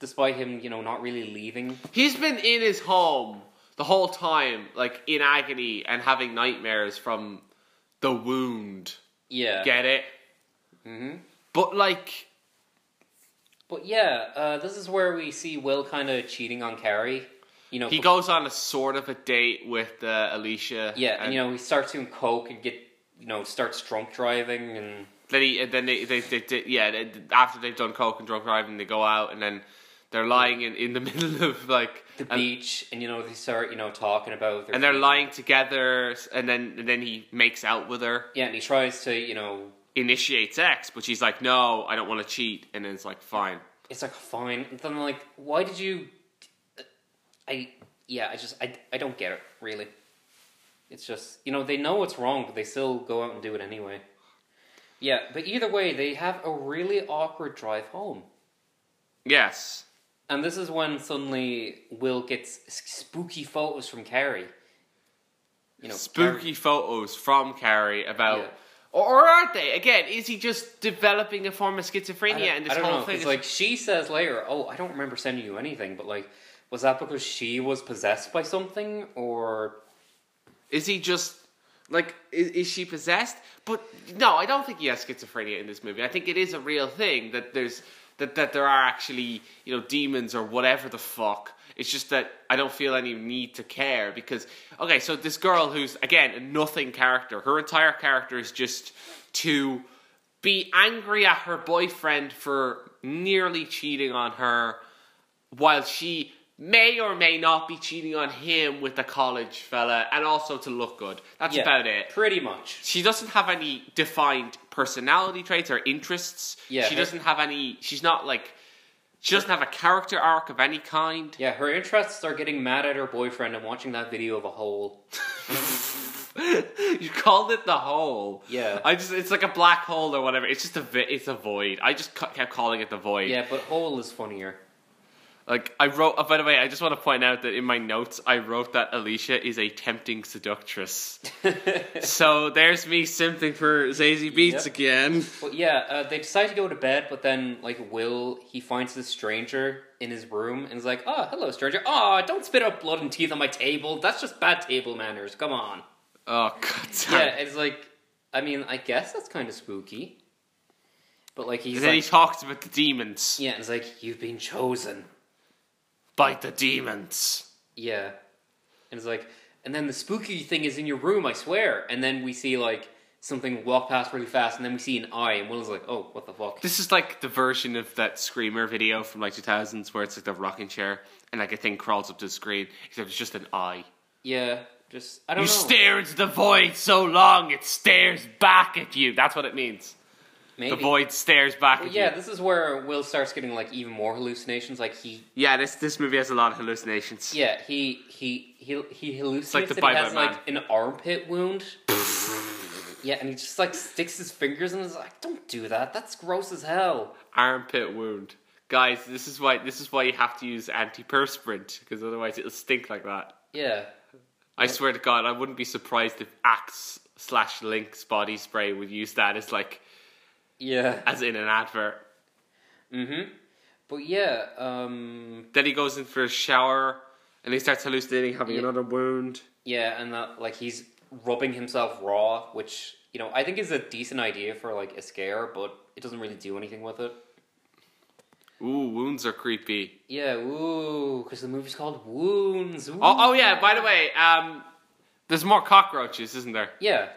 Speaker 2: despite him, you know, not really leaving.
Speaker 1: He's been in his home the whole time, like in agony and having nightmares from the wound.
Speaker 2: Yeah.
Speaker 1: Get it?
Speaker 2: Mhm.
Speaker 1: But like,
Speaker 2: But yeah, uh, this is where we see Will kind of cheating on Carrie. You know,
Speaker 1: he
Speaker 2: bef-
Speaker 1: goes on a sort of a date with uh, Alicia.
Speaker 2: yeah, and you know, he starts doing coke and get, you know, starts drunk driving and
Speaker 1: then he, and then they, they, they, they- yeah, they- after they've done coke and drunk driving, they go out and then they're lying in, in the *laughs* middle of like
Speaker 2: the
Speaker 1: and,
Speaker 2: beach, and you know they start you know talking about their
Speaker 1: and they're
Speaker 2: feelings.
Speaker 1: lying together, and then and then he makes out with her,
Speaker 2: Yeah, and he tries to you know
Speaker 1: initiates sex, but she's like, no, I don't want to cheat, and then it's like, fine.
Speaker 2: it's like fine. And then I'm like, why did you? I yeah, I just I I don't get it really. It's just you know they know it's wrong, but they still go out and do it anyway. Yeah, but either way, they have a really awkward drive home,
Speaker 1: Yes.
Speaker 2: and this is when suddenly Will gets s- spooky photos from Carrie. You know,
Speaker 1: spooky
Speaker 2: Carrie-
Speaker 1: photos from Carrie about.
Speaker 2: Yeah.
Speaker 1: Or, or are they? Again, is he just developing a form of
Speaker 2: I
Speaker 1: schizophrenia
Speaker 2: don't-
Speaker 1: and this
Speaker 2: I don't
Speaker 1: whole
Speaker 2: know,
Speaker 1: thing?
Speaker 2: 'cause,
Speaker 1: Is,
Speaker 2: like she says later, oh, I don't remember sending you anything, but like, was that because she was possessed by something or?
Speaker 1: is he just. Like, is, is she possessed? But no, I don't think he has schizophrenia in this movie. I think it is a real thing that there's. That, that there are actually, you know, demons or whatever the fuck. It's just that I don't feel any need to care because, okay, so this girl who's, again, a nothing character, her entire character is just to be angry at her boyfriend for nearly cheating on her while she may or may not be cheating on him with a college fella and also to look good. That's
Speaker 2: Yeah,
Speaker 1: about it.
Speaker 2: Pretty much.
Speaker 1: She doesn't have any defined personality traits or interests.
Speaker 2: Yeah,
Speaker 1: she
Speaker 2: her-
Speaker 1: doesn't have any she's not like she doesn't have a character arc of any kind.
Speaker 2: Yeah, her interests are getting mad at her boyfriend and watching that video of a hole.
Speaker 1: *laughs* you called it the hole.
Speaker 2: Yeah.
Speaker 1: I just it's like a black hole or whatever. It's just a vi- it's a void. I just cu- kept calling it the void.
Speaker 2: Yeah, but hole is funnier. *laughs*
Speaker 1: Like I wrote. Oh, by the way, I just want to point out that in my notes, I wrote that Alicia is a tempting seductress.
Speaker 2: but
Speaker 1: so there's me simping for Zazie Beats
Speaker 2: Yep.
Speaker 1: again.
Speaker 2: yeah, uh, they decide to go to bed, but then like Will, he finds this stranger in his room and is like, oh, hello, stranger. Oh, don't spit out blood and teeth on my table. That's just bad table manners. Come on.
Speaker 1: Oh god. Damn.
Speaker 2: Yeah, it's like I mean, I guess that's kind of spooky. But like he's
Speaker 1: And then he
Speaker 2: like,
Speaker 1: talks about the demons.
Speaker 2: yeah, and it's like you've been chosen.
Speaker 1: Bite the demons.
Speaker 2: Yeah. And it's like, and then the spooky thing is in your room, I swear. And then we see like something walk past really fast, and then we see an eye, and Will's like, oh, what the fuck?
Speaker 1: This is like the version of that Screamer video from like 2000s where it's like the rocking chair and like a thing crawls up to the screen, except it's just an eye.
Speaker 2: Yeah, just I don't
Speaker 1: You
Speaker 2: know.
Speaker 1: stare into the void so long it stares back at you. That's what it means.
Speaker 2: Maybe.
Speaker 1: The void stares back
Speaker 2: But
Speaker 1: at
Speaker 2: yeah,
Speaker 1: you.
Speaker 2: this is where Will starts getting like even more hallucinations. Like he,
Speaker 1: Yeah, this this movie has a lot of hallucinations.
Speaker 2: yeah, he he he he hallucinates
Speaker 1: like the
Speaker 2: that he
Speaker 1: Bible
Speaker 2: has
Speaker 1: Man.
Speaker 2: like an armpit wound.
Speaker 1: *laughs*
Speaker 2: yeah, and he just like sticks his fingers in. Is like, don't do that. That's gross as hell.
Speaker 1: Armpit wound. Guys, this is why this is why you have to use antiperspirant, because otherwise it'll stink like that.
Speaker 2: Yeah,
Speaker 1: I swear to God, I wouldn't be surprised if Axe slash Link's body spray would use that as like
Speaker 2: yeah.
Speaker 1: as in an advert.
Speaker 2: Mm-hmm. But yeah, um,
Speaker 1: Then he goes in for a shower and he starts hallucinating, having
Speaker 2: Yeah.
Speaker 1: another wound.
Speaker 2: yeah, and that like he's rubbing himself raw, which you know I think is a decent idea for like a scare, but it doesn't really do anything with it.
Speaker 1: Ooh, wounds are creepy.
Speaker 2: Yeah, woo, because the movie's called Wounds. Ooh.
Speaker 1: Oh, oh yeah. By the way, um, there's more cockroaches, isn't there?
Speaker 2: Yeah,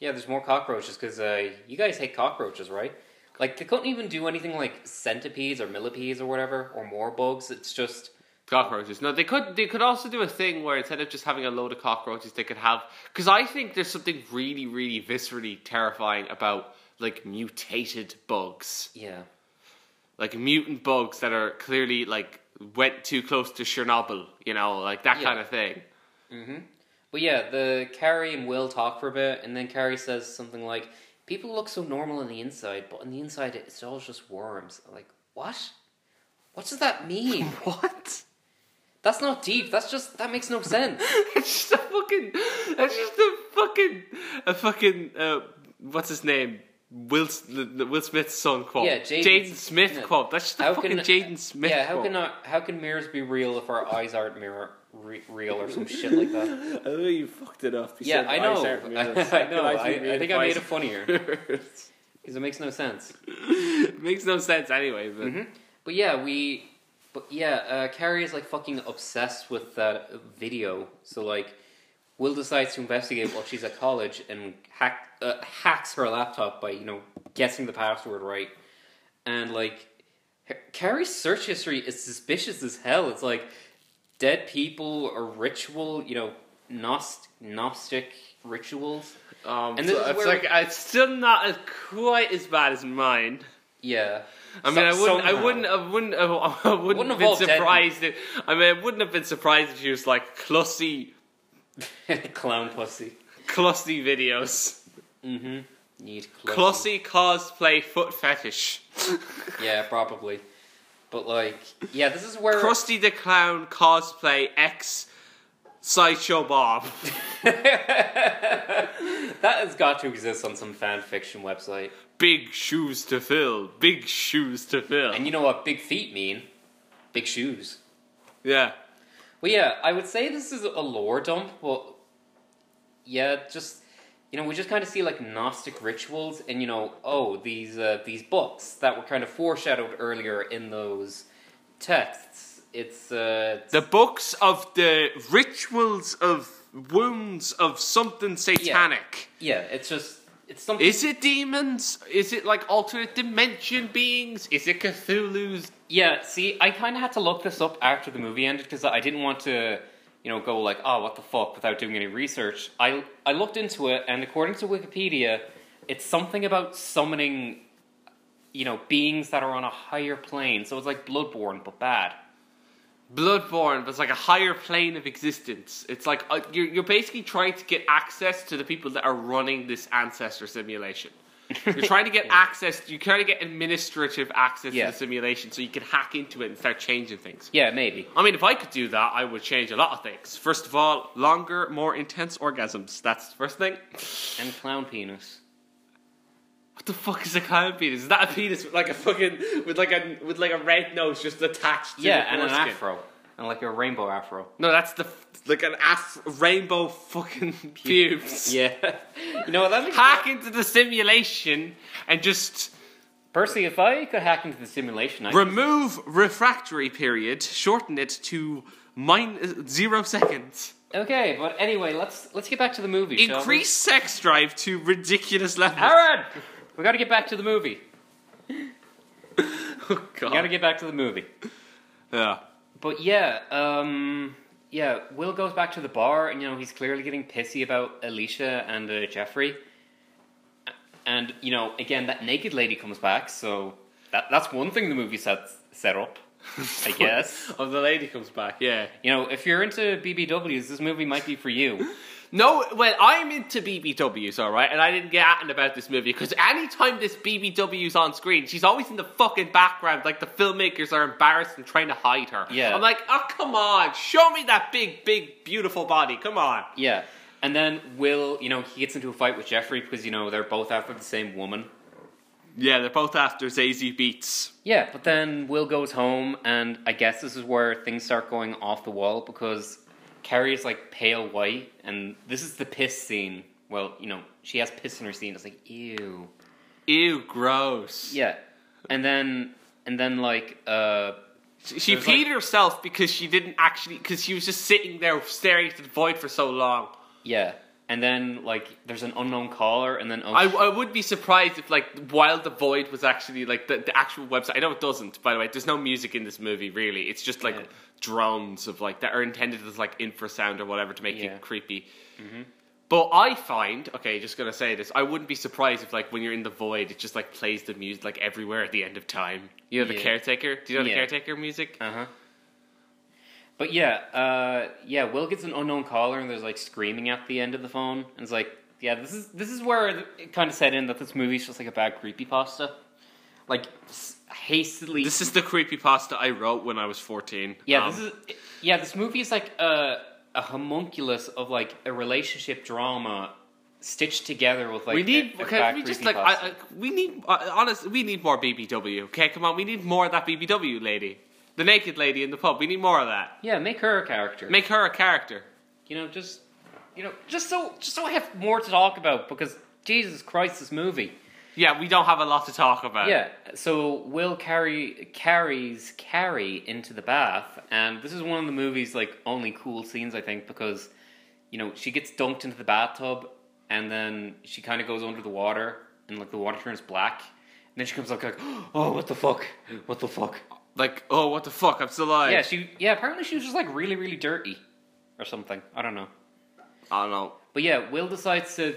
Speaker 2: yeah. There's more cockroaches because uh, you guys hate cockroaches, right? Like they couldn't even do anything like centipedes or millipedes or whatever or more bugs. It's just
Speaker 1: Cockroaches. No, they could. They could also do a thing where instead of just having a load of cockroaches, they could have. Because I think there's something really, really viscerally terrifying about like mutated bugs,
Speaker 2: yeah,
Speaker 1: like mutant bugs that are clearly like went too close to Chernobyl. You know, like that
Speaker 2: Yeah.
Speaker 1: kind of thing. *laughs*
Speaker 2: But yeah, the Carrie and Will talk for a bit, and then Carrie says something like, "People look so normal on the inside, but on the inside, it's all just worms." I'm like, what? What does that mean?
Speaker 1: *laughs* What?
Speaker 2: That's not deep. That's just that
Speaker 1: *laughs*
Speaker 2: makes no sense.
Speaker 1: It's just a fucking. It's just a fucking. A fucking. Uh, what's his name? Will S- the- the Will Smith's son quote.
Speaker 2: Yeah, Jaden
Speaker 1: Jaden Smith
Speaker 2: Smith.
Speaker 1: quote. That's just a
Speaker 2: How
Speaker 1: fucking
Speaker 2: can
Speaker 1: Jaden Smith
Speaker 2: Yeah, how
Speaker 1: quote.
Speaker 2: can I, how can mirrors be real if our eyes aren't mirror re, real or some shit
Speaker 1: *laughs*
Speaker 2: like that?
Speaker 1: I know Oh, you fucked it up.
Speaker 2: Yeah, I know.
Speaker 1: *laughs*
Speaker 2: I, know. I, I think I made it funnier
Speaker 1: it
Speaker 2: because it makes no sense.
Speaker 1: *laughs* makes no sense anyway. But
Speaker 2: But yeah, we. But yeah, uh, Carrie is like fucking obsessed with that video. So like, Will decides to investigate while she's at college and hack uh, hacks her laptop by you know guessing the password right, and like, her, Carrie's search history is suspicious as hell. It's like dead people, a ritual, you know, Gnost- Gnostic rituals.
Speaker 1: um,
Speaker 2: And this
Speaker 1: so
Speaker 2: is
Speaker 1: it's
Speaker 2: where-
Speaker 1: like it's still not as, quite as bad as mine.
Speaker 2: Yeah,
Speaker 1: I mean, I wouldn't, I wouldn't, I wouldn't, *laughs* I wouldn't, I wouldn't,
Speaker 2: Wouldn't have all
Speaker 1: have been
Speaker 2: dead.
Speaker 1: surprised. If, I mean, I wouldn't have been surprised if she was like clussy,
Speaker 2: wouldn't *laughs* clown pussy.
Speaker 1: clussy videos,
Speaker 2: Mm-hmm. Need clothes.
Speaker 1: clussy cosplay foot *laughs* fetish,
Speaker 2: Yeah, probably. But like, yeah, this is where
Speaker 1: Krusty the Clown cosplay X sideshow Bob.
Speaker 2: *laughs* that has got to exist on some fan fiction website.
Speaker 1: Big shoes to fill. Big shoes to fill.
Speaker 2: And you know what big feet mean? Big shoes.
Speaker 1: yeah.
Speaker 2: Well, yeah, I would say this is a lore dump, but yeah, just you know, we just kind of see like Gnostic rituals, and you know, oh, these uh, these books that were kind of foreshadowed earlier in those texts. It's uh,
Speaker 1: The books of the rituals of wounds of something satanic.
Speaker 2: yeah, it's just it's something.
Speaker 1: Is it demons? Is it like alternate dimension beings? Is it Cthulhu's?
Speaker 2: Yeah, see, I kind of had to look this up after the movie ended because I didn't want to, you know, go like, oh, what the fuck, without doing any research. I I looked into it, and according to Wikipedia, it's something about summoning, you know, beings that are on a higher plane. So it's like Bloodborne, but bad.
Speaker 1: Bloodborne, but it's like a higher plane of existence. It's like uh, you're, you're basically trying to get access to the people that are running this ancestor simulation. You're trying to
Speaker 2: *laughs*
Speaker 1: get access, you're trying to get administrative access
Speaker 2: Yeah.
Speaker 1: to the simulation so you can hack into it and start changing things.
Speaker 2: Yeah, maybe.
Speaker 1: I mean, if I could do that, I would change a lot of things. First of all, longer, more intense orgasms. That's the first thing.
Speaker 2: And clown penis.
Speaker 1: What the fuck is a clown penis? Is that a penis with like a fucking with like a with like a red nose just attached? To
Speaker 2: yeah,
Speaker 1: the
Speaker 2: and an
Speaker 1: foreskin?
Speaker 2: afro, and like a rainbow *laughs* afro.
Speaker 1: *laughs* No, that's the f- like an af- rainbow fucking pubes.
Speaker 2: Yeah, You know what that makes
Speaker 1: Hack into the simulation and just
Speaker 2: Personally, if I could hack into the simulation, I
Speaker 1: remove refractory period, shorten it to min- zero seconds.
Speaker 2: okay. But anyway, let's let's get back to the movie. shall we?
Speaker 1: Increase sex drive to ridiculous levels.
Speaker 2: Aaron, we got to get back to the movie.
Speaker 1: *laughs* Oh, God.
Speaker 2: We got to get back to the movie.
Speaker 1: yeah.
Speaker 2: But yeah, um, yeah, Will goes back to the bar, and you know he's clearly getting pissy about Alicia and uh, Jeffrey. A- And you know, again, that naked lady comes back, so that that's one thing the movie sets set up, I guess.
Speaker 1: *laughs* Of the lady comes back, yeah.
Speaker 2: You know, if you're into BBWs, this movie might be for *laughs* you.
Speaker 1: No, well, I'm into BBWs, alright? And I didn't get at about this movie because anytime this BBW's on screen, she's always in the fucking background, like the filmmakers are embarrassed and trying to hide her.
Speaker 2: Yeah.
Speaker 1: I'm like, oh, come on, show me that big, big, beautiful body, come on.
Speaker 2: Yeah. And then Will, you know, he gets into a fight with Jeffrey because you know they're both after the same woman.
Speaker 1: Yeah, they're both after Zazie Beats.
Speaker 2: Yeah, but then Will goes home, and I guess this is where things start going off the wall because Carrie is like pale white, and this is the piss scene. Well, you know, she has piss in her scene. It's like ew.
Speaker 1: Ew, gross.
Speaker 2: Yeah, and then and then like uh
Speaker 1: She, she
Speaker 2: There's
Speaker 1: peed
Speaker 2: like-
Speaker 1: herself because she didn't actually, because she was just sitting there staring into the void for so long.
Speaker 2: yeah, and then like there's an unknown caller, and then oh,
Speaker 1: I,
Speaker 2: sh-
Speaker 1: I would be surprised if, like, while the void was actually like the, the actual website. I know it doesn't, by the way. There's no music in this movie, really. It's just like
Speaker 2: Yeah.
Speaker 1: drones of like that are intended as like infrasound or whatever to make
Speaker 2: Yeah. Mm-hmm.
Speaker 1: it creepy. But I find, okay, just gonna say this. I wouldn't be surprised if, like, when you're in the void, it just like plays the music like everywhere at the end of time. You know the
Speaker 2: Yeah.
Speaker 1: caretaker. Do you know
Speaker 2: Yeah.
Speaker 1: the caretaker music?
Speaker 2: Uh huh. But yeah, uh, yeah, Will gets an unknown caller, and there's like screaming at the end of the phone, and it's like, yeah, this is this is where it kind of set in that this movie's just like a bad creepypasta, like s- hastily.
Speaker 1: This is the creepy pasta I wrote when I was fourteen.
Speaker 2: yeah,
Speaker 1: Um,
Speaker 2: this is yeah, this movie is like a a homunculus of like a relationship drama stitched together with like
Speaker 1: we need
Speaker 2: a, a
Speaker 1: okay,
Speaker 2: bad
Speaker 1: we just like I,
Speaker 2: creepypasta.
Speaker 1: I, we need uh, honest we need more BBW. Okay, come on, we need more of that BBW lady, the naked lady in the pub. We need more of that.
Speaker 2: yeah, make her a character.
Speaker 1: Make her a character.
Speaker 2: you know, just you know, just so just so I have more to talk about because Jesus Christ, this movie.
Speaker 1: Yeah, we don't have a lot to talk about.
Speaker 2: Yeah. So Will carry carries Carrie into the bath, and this is one of the movie's like only cool scenes, I think, because you know she gets dunked into the bathtub, and then she kind of goes under the water, and like the water turns black, and then she comes up like, *gasps* oh, what the fuck, what the fuck?
Speaker 1: like oh, what the fuck? I'm still alive.
Speaker 2: Yeah, she yeah. Apparently she was just like really really dirty, or something. I don't know.
Speaker 1: I don't know.
Speaker 2: But yeah, Will decides to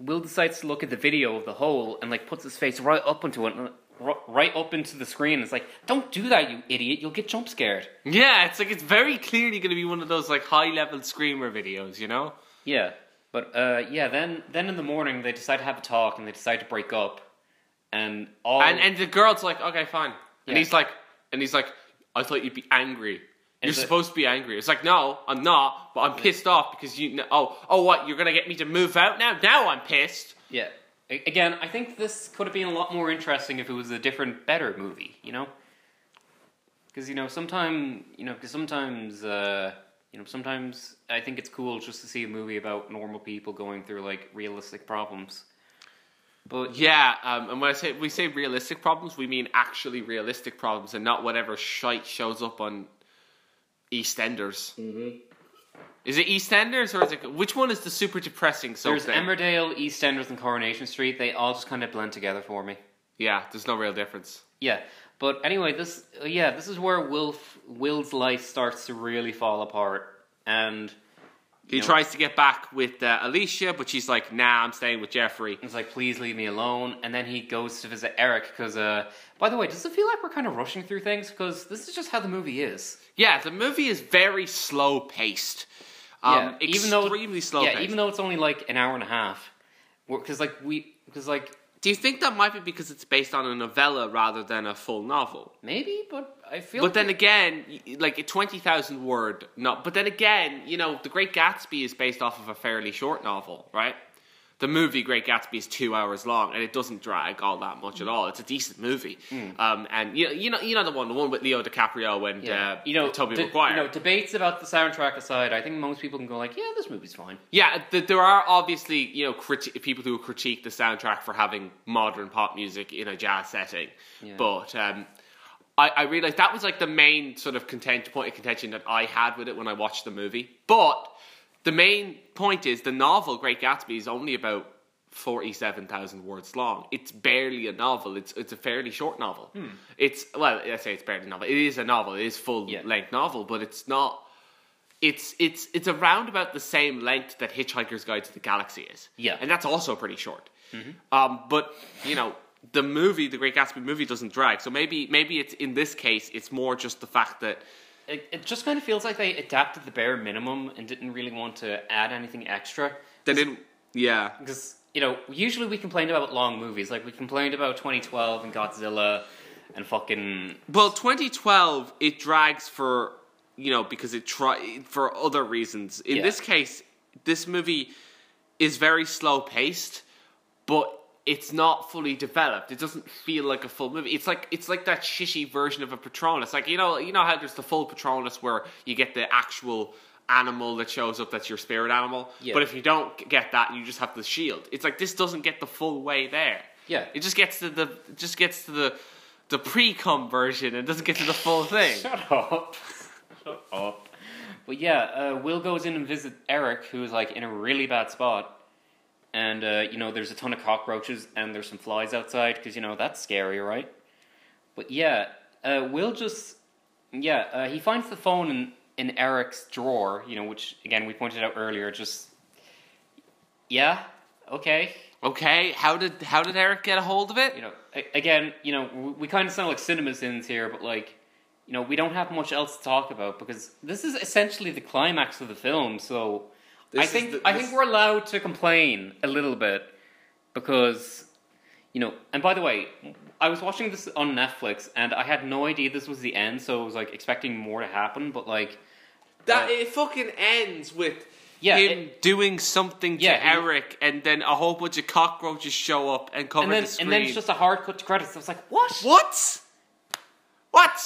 Speaker 2: Will decides to look at the video of the hole and like puts his face right up into it, and, r- right up into the screen. It's like, don't do that, you idiot! You'll get jump scared.
Speaker 1: Yeah, it's like it's very clearly going to be one of those like high level screamer videos, you know?
Speaker 2: Yeah, but uh, yeah, then then in the morning they decide to have a talk and they decide to break up, and all
Speaker 1: And and the girl's like, okay, fine. And
Speaker 2: Yeah.
Speaker 1: he's like, and he's like, I thought you'd be angry. You're
Speaker 2: it's a-
Speaker 1: supposed to be angry. It's like, no, I'm not. But I'm pissed off because you. kn- Oh, oh, what? You're gonna get me to move out now? Now I'm pissed.
Speaker 2: yeah. A- Again, I think this could have been a lot more interesting if it was a different, better movie. You know, because you know sometimes you know 'cause sometimes uh, you know sometimes I think it's cool just to see a movie about normal people going through like realistic problems. But
Speaker 1: Yeah. Um, and when I say we say realistic problems, we mean actually realistic problems, and not whatever shite shows up on EastEnders. Mm-hmm. Is it EastEnders or is it which one is the super depressing? So
Speaker 2: there's Emmerdale, EastEnders, and Coronation Street. They all just kind of blend together for me.
Speaker 1: yeah, there's no real difference.
Speaker 2: Yeah, but anyway, this uh, yeah, this is where Will Will's life starts to really fall apart, and
Speaker 1: He
Speaker 2: You know-
Speaker 1: tries to get back with uh, Alicia, but she's like, "Nah, I'm staying with Jeffrey."
Speaker 2: He's like, please leave me alone. And then he goes to visit Eric because, uh, by the way, does it feel like we're kind of rushing through things? Because this is just how the movie is.
Speaker 1: Yeah, the movie is very slow paced. Um,
Speaker 2: yeah,
Speaker 1: even though extremely slow.
Speaker 2: Yeah,
Speaker 1: paced.
Speaker 2: even though it's only like an hour and a half. Because like we, because like
Speaker 1: do you think that might be because it's based on a novella rather than a full novel?
Speaker 2: maybe, but I feel.
Speaker 1: But then
Speaker 2: like
Speaker 1: again, y- like a twenty thousand word. No, but then again, you know, The Great Gatsby is based off of a fairly short novel, right? The movie Great Gatsby is two hours long, and it doesn't drag all that much
Speaker 2: Mm.
Speaker 1: at all. It's a decent movie, um, and you know, you know, you know the one, the one with Leo DiCaprio and uh,
Speaker 2: you know,
Speaker 1: Toby
Speaker 2: de-
Speaker 1: Maguire.
Speaker 2: You know, debates about the soundtrack aside, I think most people can go like, "Yeah, this movie's fine."
Speaker 1: Yeah, th- there are obviously you know criti- people who critique the soundtrack for having modern pop music in a jazz setting, but um, I, I realized that was like the main sort of content point of contention that I had with it when I watched the movie. But the main point is the novel Great Gatsby is only about forty-seven thousand words long. It's barely a novel. It's it's a fairly short novel. It's well, I say it's barely a novel. It is a novel. It is full length novel, but it's not it's it's it's around about the same length that Hitchhiker's Guide to the Galaxy is.
Speaker 2: Yeah.
Speaker 1: and that's also pretty short. Um, but you know, the movie, the Great Gatsby movie, doesn't drag. So maybe maybe it's in this case, it's more just the fact that
Speaker 2: It, it just kind of feels like they adapted the bare minimum and didn't really want to add anything extra.
Speaker 1: they didn't. Yeah,
Speaker 2: because you know usually we complain about long movies like we complained about 2012 and godzilla and fucking
Speaker 1: Well, 2012 it drags for you know because it try for other reasons. In
Speaker 2: Yeah.
Speaker 1: this case, this movie is very slow paced, but it's not fully developed. It doesn't feel like a full movie. It's like it's like that shitty version of a Patronus. Like you know you know how there's the full Patronus where you get the actual animal that shows up that's your spirit animal.
Speaker 2: Yeah.
Speaker 1: But if you don't get that, you just have the shield. It's like this doesn't get the full way there.
Speaker 2: Yeah.
Speaker 1: It just gets to the it just gets to the the pre-com version and doesn't get to the full *laughs* thing.
Speaker 2: shut up *laughs* shut up but yeah uh, will goes in and visits eric who's like in a really bad spot and uh, you know there's a ton of cockroaches and there's some flies outside because you know that's scary right but yeah uh, will just yeah uh, he finds the phone in, in eric's drawer you know which again we pointed out earlier just yeah okay
Speaker 1: Okay, how did how did Eric get a hold of
Speaker 2: you
Speaker 1: it?
Speaker 2: know, a- again, you know, we, we kind of sound like cinema sins here, but like, you know, we don't have much else to talk about because this is essentially the climax of the film. So I
Speaker 1: is
Speaker 2: think
Speaker 1: the-
Speaker 2: I
Speaker 1: this-
Speaker 2: think we're allowed to complain a little bit because, you know, and by the way, I was watching this on Netflix and I had no idea this was the end, so I was like expecting more to happen, but like,
Speaker 1: That
Speaker 2: uh,
Speaker 1: it fucking ends with
Speaker 2: Yeah,
Speaker 1: him doing something to
Speaker 2: Yeah, he-
Speaker 1: Eric, and then a whole bunch of cockroaches show up and cover
Speaker 2: and then
Speaker 1: the screen.
Speaker 2: and then it's just a hard cut to credits. I was like, what?
Speaker 1: what? What?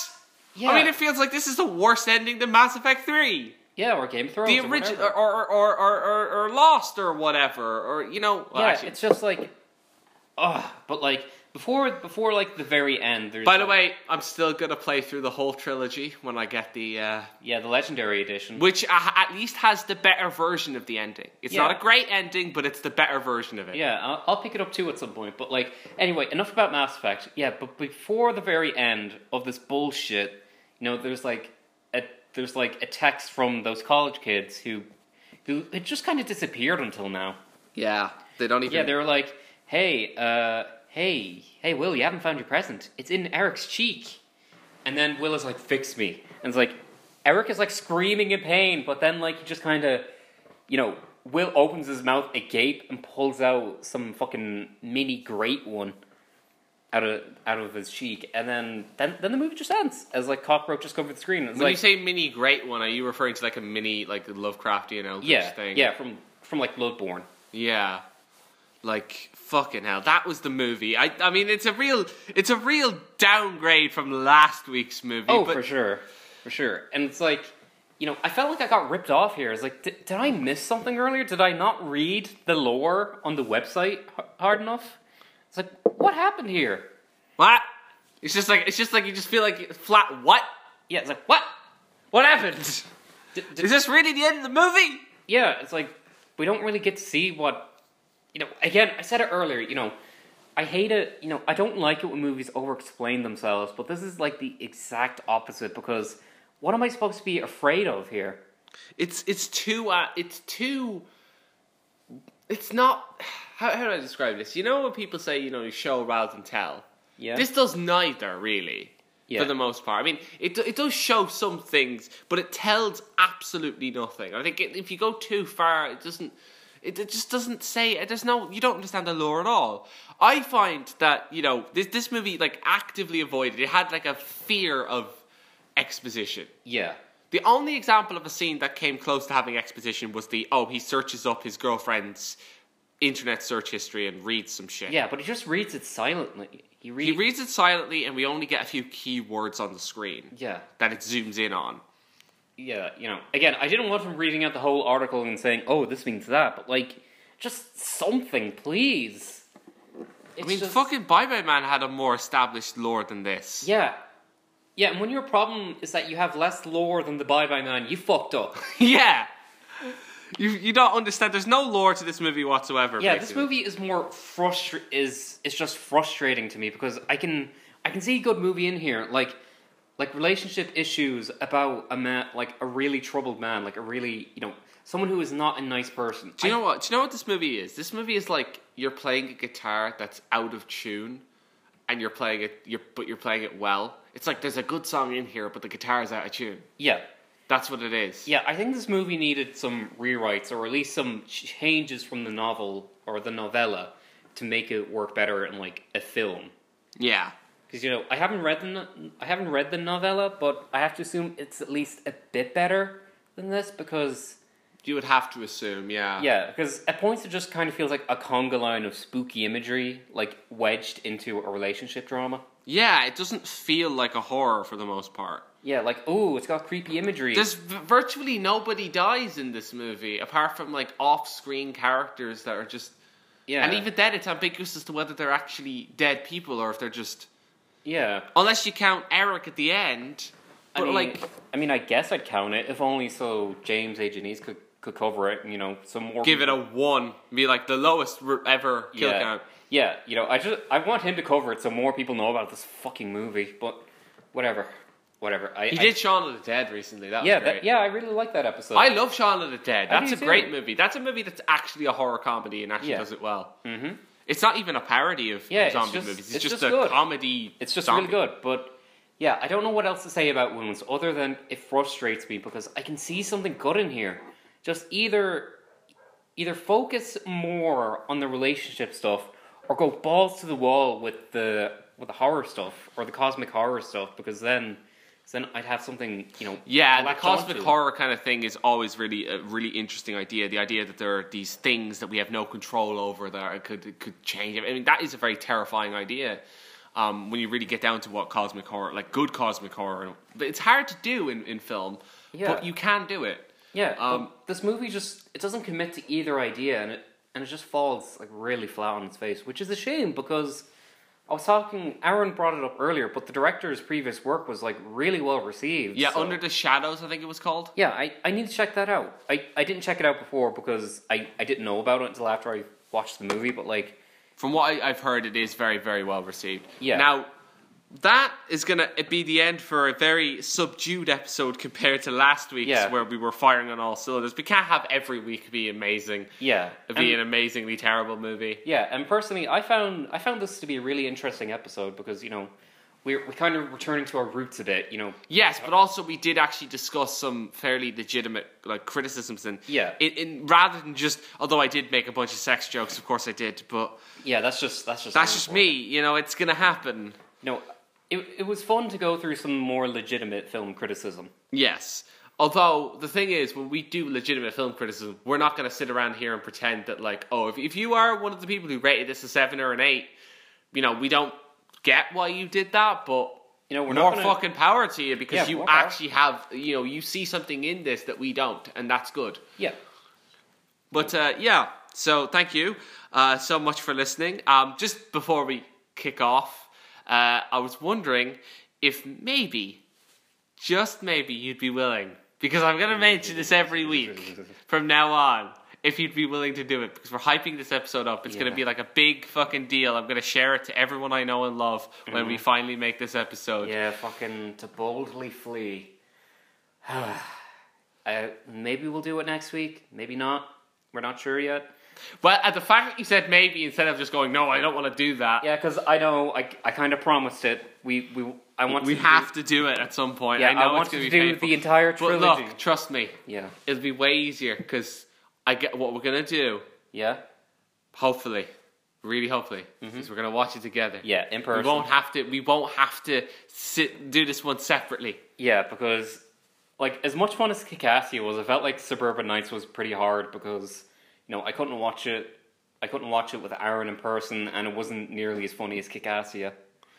Speaker 2: Yeah.
Speaker 1: I mean, it feels like this is the worst ending than Mass Effect Three.
Speaker 2: Yeah, or Game of Thrones.
Speaker 1: The
Speaker 2: or
Speaker 1: original,
Speaker 2: whatever.
Speaker 1: or or, or, or, or or Lost, or whatever, or you know, well,
Speaker 2: yeah,
Speaker 1: actually-
Speaker 2: it's just like, ugh. But like before, before like the very end. There's
Speaker 1: By the
Speaker 2: like-
Speaker 1: way, I'm still gonna play through the whole trilogy when I get the, uh,
Speaker 2: yeah, the legendary edition.
Speaker 1: which uh, at least has the better version of the ending. It's
Speaker 2: Yeah.
Speaker 1: not a great ending, but it's the better version of it.
Speaker 2: yeah, I'll, I'll pick it up too at some point. But like, anyway, enough about Mass Effect. Yeah, but before the very end of this bullshit, you know, there's like a there's like a text from those college kids who who it just kind of disappeared until now.
Speaker 1: yeah. They don't even.
Speaker 2: Yeah, they were like, "Hey, uh, hey, hey, Will, you haven't found your present. It's in Eric's cheek." And then Will is like, "Fix me," and it's like, Eric is like screaming in pain, but then like he just kind of, you know, Will opens his mouth agape and pulls out some fucking mini great one out of out of his cheek, and then then then the movie just ends as like cockroaches cover the screen. It's
Speaker 1: when
Speaker 2: like,
Speaker 1: you say mini great one, are you referring to like a mini like Lovecraftian Eldritch
Speaker 2: yeah,
Speaker 1: thing?
Speaker 2: yeah, from from like Bloodborne.
Speaker 1: Yeah. Like fucking hell, that was the movie. I I mean, it's a real it's a real downgrade from last week's movie.
Speaker 2: Oh,
Speaker 1: but
Speaker 2: for sure, for sure. And it's like, you know, I felt like I got ripped off here. It's like, did, did I miss something earlier? Did I not read the lore on the website h- hard enough? It's like, what happened here?
Speaker 1: What? It's just like it's just like you just feel like flat. What?
Speaker 2: Yeah, it's like, what? What happened? *laughs* D- d-
Speaker 1: Is this really the end of the movie?
Speaker 2: yeah, it's like we don't really get to see what you know. Again, I said it earlier. You know, I hate it. You know, I don't like it when movies over-explain themselves. But this is like the exact opposite because what am I supposed to be afraid of here?
Speaker 1: It's it's too uh, it's too. It's not. How, how do I describe this? You know when people say you know you show rather than tell.
Speaker 2: Yeah.
Speaker 1: This does neither really.
Speaker 2: Yeah.
Speaker 1: For the most part, I mean, it do- it does show some things, but it tells absolutely nothing. I think it, if you go too far, it doesn't. It, it just doesn't say. It There's no. You don't understand the lore at all. I find that you know this this movie like actively avoided. It had like a fear of exposition.
Speaker 2: Yeah.
Speaker 1: The only example of a scene that came close to having exposition was the oh he searches up his girlfriend's internet search history and reads some shit.
Speaker 2: Yeah, but he just reads it silently. He
Speaker 1: He
Speaker 2: reads.
Speaker 1: reads it silently, and we only get a few key words on the screen
Speaker 2: yeah,
Speaker 1: that it zooms in on.
Speaker 2: yeah. You know, again, I didn't want him reading out the whole article and saying, "Oh, this means that," but like, just something, please.
Speaker 1: I
Speaker 2: It's
Speaker 1: mean,
Speaker 2: just-
Speaker 1: fucking Bye Bye Man had a more established lore than this.
Speaker 2: Yeah. Yeah, and when your problem is that you have less lore than the Bye Bye Man, you fucked up.
Speaker 1: *laughs* yeah. You, you don't understand. There's no lore to this movie whatsoever.
Speaker 2: Yeah, this
Speaker 1: basically.
Speaker 2: movie is more frustra- is it's just frustrating to me because I can I can see a good movie in here like like relationship issues about a man like a really troubled man like a really you know someone who is not a nice person.
Speaker 1: Do you know what? Do you know what this movie is? This movie is like you're playing a guitar that's out of tune, and you're playing it. You're, but you're playing it well. It's like there's a good song in here, but the guitar is out of tune.
Speaker 2: yeah,
Speaker 1: That's what it is.
Speaker 2: yeah. I think this movie needed some rewrites or at least some changes from the novel or the novella to make it work better in like a film.
Speaker 1: Yeah.
Speaker 2: because you know I haven't read the no- I haven't read the novella, but I have to assume it's at least a bit better than this because
Speaker 1: You would have to assume. Yeah.
Speaker 2: yeah, because at points it just kind of feels like a conga line of spooky imagery like wedged into a relationship drama.
Speaker 1: Yeah. It doesn't feel like a horror for the most part.
Speaker 2: Yeah, like oh, it's got creepy imagery.
Speaker 1: There's v- virtually nobody dies in this movie, apart from like off-screen characters that are just.
Speaker 2: yeah,
Speaker 1: And even then, it's ambiguous as to whether they're actually dead people or if they're just.
Speaker 2: yeah.
Speaker 1: Unless you count Eric at the end, but
Speaker 2: I mean,
Speaker 1: like
Speaker 2: I mean, I guess I'd count it if only so James Agenese could could cover it. and, You know, some more
Speaker 1: give it a one, be like the lowest r- ever kill
Speaker 2: yeah.
Speaker 1: count.
Speaker 2: Yeah, you know, I just I want him to cover it so more people know about this fucking movie. But whatever, whatever. I,
Speaker 1: He
Speaker 2: I-
Speaker 1: did Shaun of the Dead recently. That was
Speaker 2: yeah,
Speaker 1: great.
Speaker 2: that, yeah. I really like that episode.
Speaker 1: I love Shaun of the Dead.
Speaker 2: I
Speaker 1: That's
Speaker 2: do
Speaker 1: a great
Speaker 2: too.
Speaker 1: movie. That's a movie that's actually a horror comedy and actually
Speaker 2: Yeah.
Speaker 1: does it well.
Speaker 2: Mhm.
Speaker 1: It's not even a parody of
Speaker 2: Yeah, it's
Speaker 1: zombie
Speaker 2: just-
Speaker 1: movies. It's,
Speaker 2: it's
Speaker 1: just,
Speaker 2: just
Speaker 1: a
Speaker 2: good.
Speaker 1: comedy.
Speaker 2: it's just
Speaker 1: zombie.
Speaker 2: really good. But yeah, I don't know what else to say about wounds other than it frustrates me because I can see something good in here. Just either either focus more on the relationship stuff or go balls to the wall with the with the horror stuff or the cosmic horror stuff because then 'cause then I'd have something you know
Speaker 1: Yeah,
Speaker 2: to
Speaker 1: the
Speaker 2: latch
Speaker 1: cosmic
Speaker 2: onto.
Speaker 1: horror kind of thing is always really a really interesting idea. The idea that there are these things that we have no control over that are- could could change. I mean, that is a very terrifying idea. Um, when you really get down to what cosmic horror, like good cosmic horror, but it's hard to do in, in film.
Speaker 2: Yeah.
Speaker 1: But you can do it.
Speaker 2: Yeah,
Speaker 1: Um,
Speaker 2: but this movie just it doesn't commit to either idea, and it and it just falls like really flat on its face, which is a shame because I was talking. Aaron brought it up earlier, but the director's previous work was like really well received.
Speaker 1: Yeah,
Speaker 2: so-
Speaker 1: Under the Shadows, I think it was called.
Speaker 2: yeah, I, I need to check that out. I, I didn't check it out before because I, I didn't know about it until after I watched the movie. But like,
Speaker 1: From what I, I've heard, it is very, very well received.
Speaker 2: Yeah.
Speaker 1: Now, that is going to be the end for a very subdued episode *laughs* compared to last week's,
Speaker 2: Yeah.
Speaker 1: where we were firing on all cylinders. We can't have every week be amazing,
Speaker 2: yeah,
Speaker 1: be
Speaker 2: and-
Speaker 1: an amazingly terrible movie.
Speaker 2: Yeah, and personally, I found I found this to be a really interesting episode because you know we're we're kind of returning to our roots a bit. You know,
Speaker 1: Yes, but also we did actually discuss some fairly legitimate like criticisms and
Speaker 2: Yeah.
Speaker 1: in, in rather than just although I did make a bunch of sex jokes, of course I did, but
Speaker 2: yeah, that's just that's just
Speaker 1: that's
Speaker 2: Aaron
Speaker 1: just
Speaker 2: for it.
Speaker 1: me. You know, it's gonna happen.
Speaker 2: No, it, it was fun to go through some more legitimate film criticism.
Speaker 1: Yes. Although the thing is, when we do legitimate film criticism, we're not going to sit around here and pretend that like, oh, if if you are one of the people who rated this a seven or an eight, you know, we don't get why you did that, but
Speaker 2: You know, we're
Speaker 1: more
Speaker 2: not gonna,
Speaker 1: fucking power to you because
Speaker 2: Yeah,
Speaker 1: you
Speaker 2: more power.
Speaker 1: actually have, you know, you see something in this that we don't, and that's good.
Speaker 2: Yeah,
Speaker 1: But uh, yeah, so thank you uh, so much for listening. Um, just before we kick off, uh, I was wondering if maybe, just maybe, you'd be willing, because I'm going to mention this every week from now on. If you'd be willing to do it, because we're hyping this episode up, it's going
Speaker 2: Yeah.
Speaker 1: to be like a big fucking deal. I'm going to share it to everyone I know and love when we finally make this episode.
Speaker 2: Mm-hmm. yeah, fucking to boldly flee. *sighs* uh, maybe we'll do it next week. Maybe not. We're not sure yet.
Speaker 1: But at the fact that you said maybe instead of just going, no, I don't want to do that,
Speaker 2: Yeah, because I know I, I kind of promised it. We we I want
Speaker 1: we
Speaker 2: to
Speaker 1: have to do it at some point.
Speaker 2: Do, yeah,
Speaker 1: I know
Speaker 2: want
Speaker 1: it's going
Speaker 2: to
Speaker 1: to be
Speaker 2: do
Speaker 1: painful.
Speaker 2: the entire
Speaker 1: But
Speaker 2: trilogy.
Speaker 1: look, trust me,
Speaker 2: yeah,
Speaker 1: it'll be way easier because I get what we're gonna do.
Speaker 2: yeah,
Speaker 1: Hopefully, really hopefully, is we're gonna watch it together.
Speaker 2: Mm-hmm. yeah. In
Speaker 1: we
Speaker 2: person.
Speaker 1: won't have to. We won't have to sit do this one separately.
Speaker 2: Yeah, because like as much fun as Kikassia was, I felt like Suburban Nights was pretty hard because you know I couldn't watch it I couldn't watch it with Aaron in person, and it wasn't nearly as funny as Kikassia.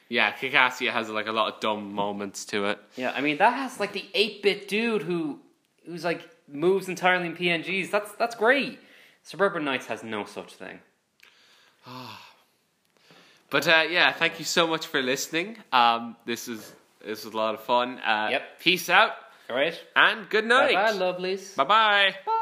Speaker 1: Yeah, Kikassia has like a lot of dumb moments to it.
Speaker 2: Yeah, I mean that has like the eight bit dude who who's like moves entirely in PNGs. That's that's great. Suburban Nights has no such thing.
Speaker 1: But uh, yeah, thank you so much for listening. Um, this is this was a lot of fun. Uh,
Speaker 2: Yep.
Speaker 1: Peace out
Speaker 2: All right.
Speaker 1: and good night.
Speaker 2: Bye, lovelies.
Speaker 1: Bye-bye.
Speaker 2: Bye.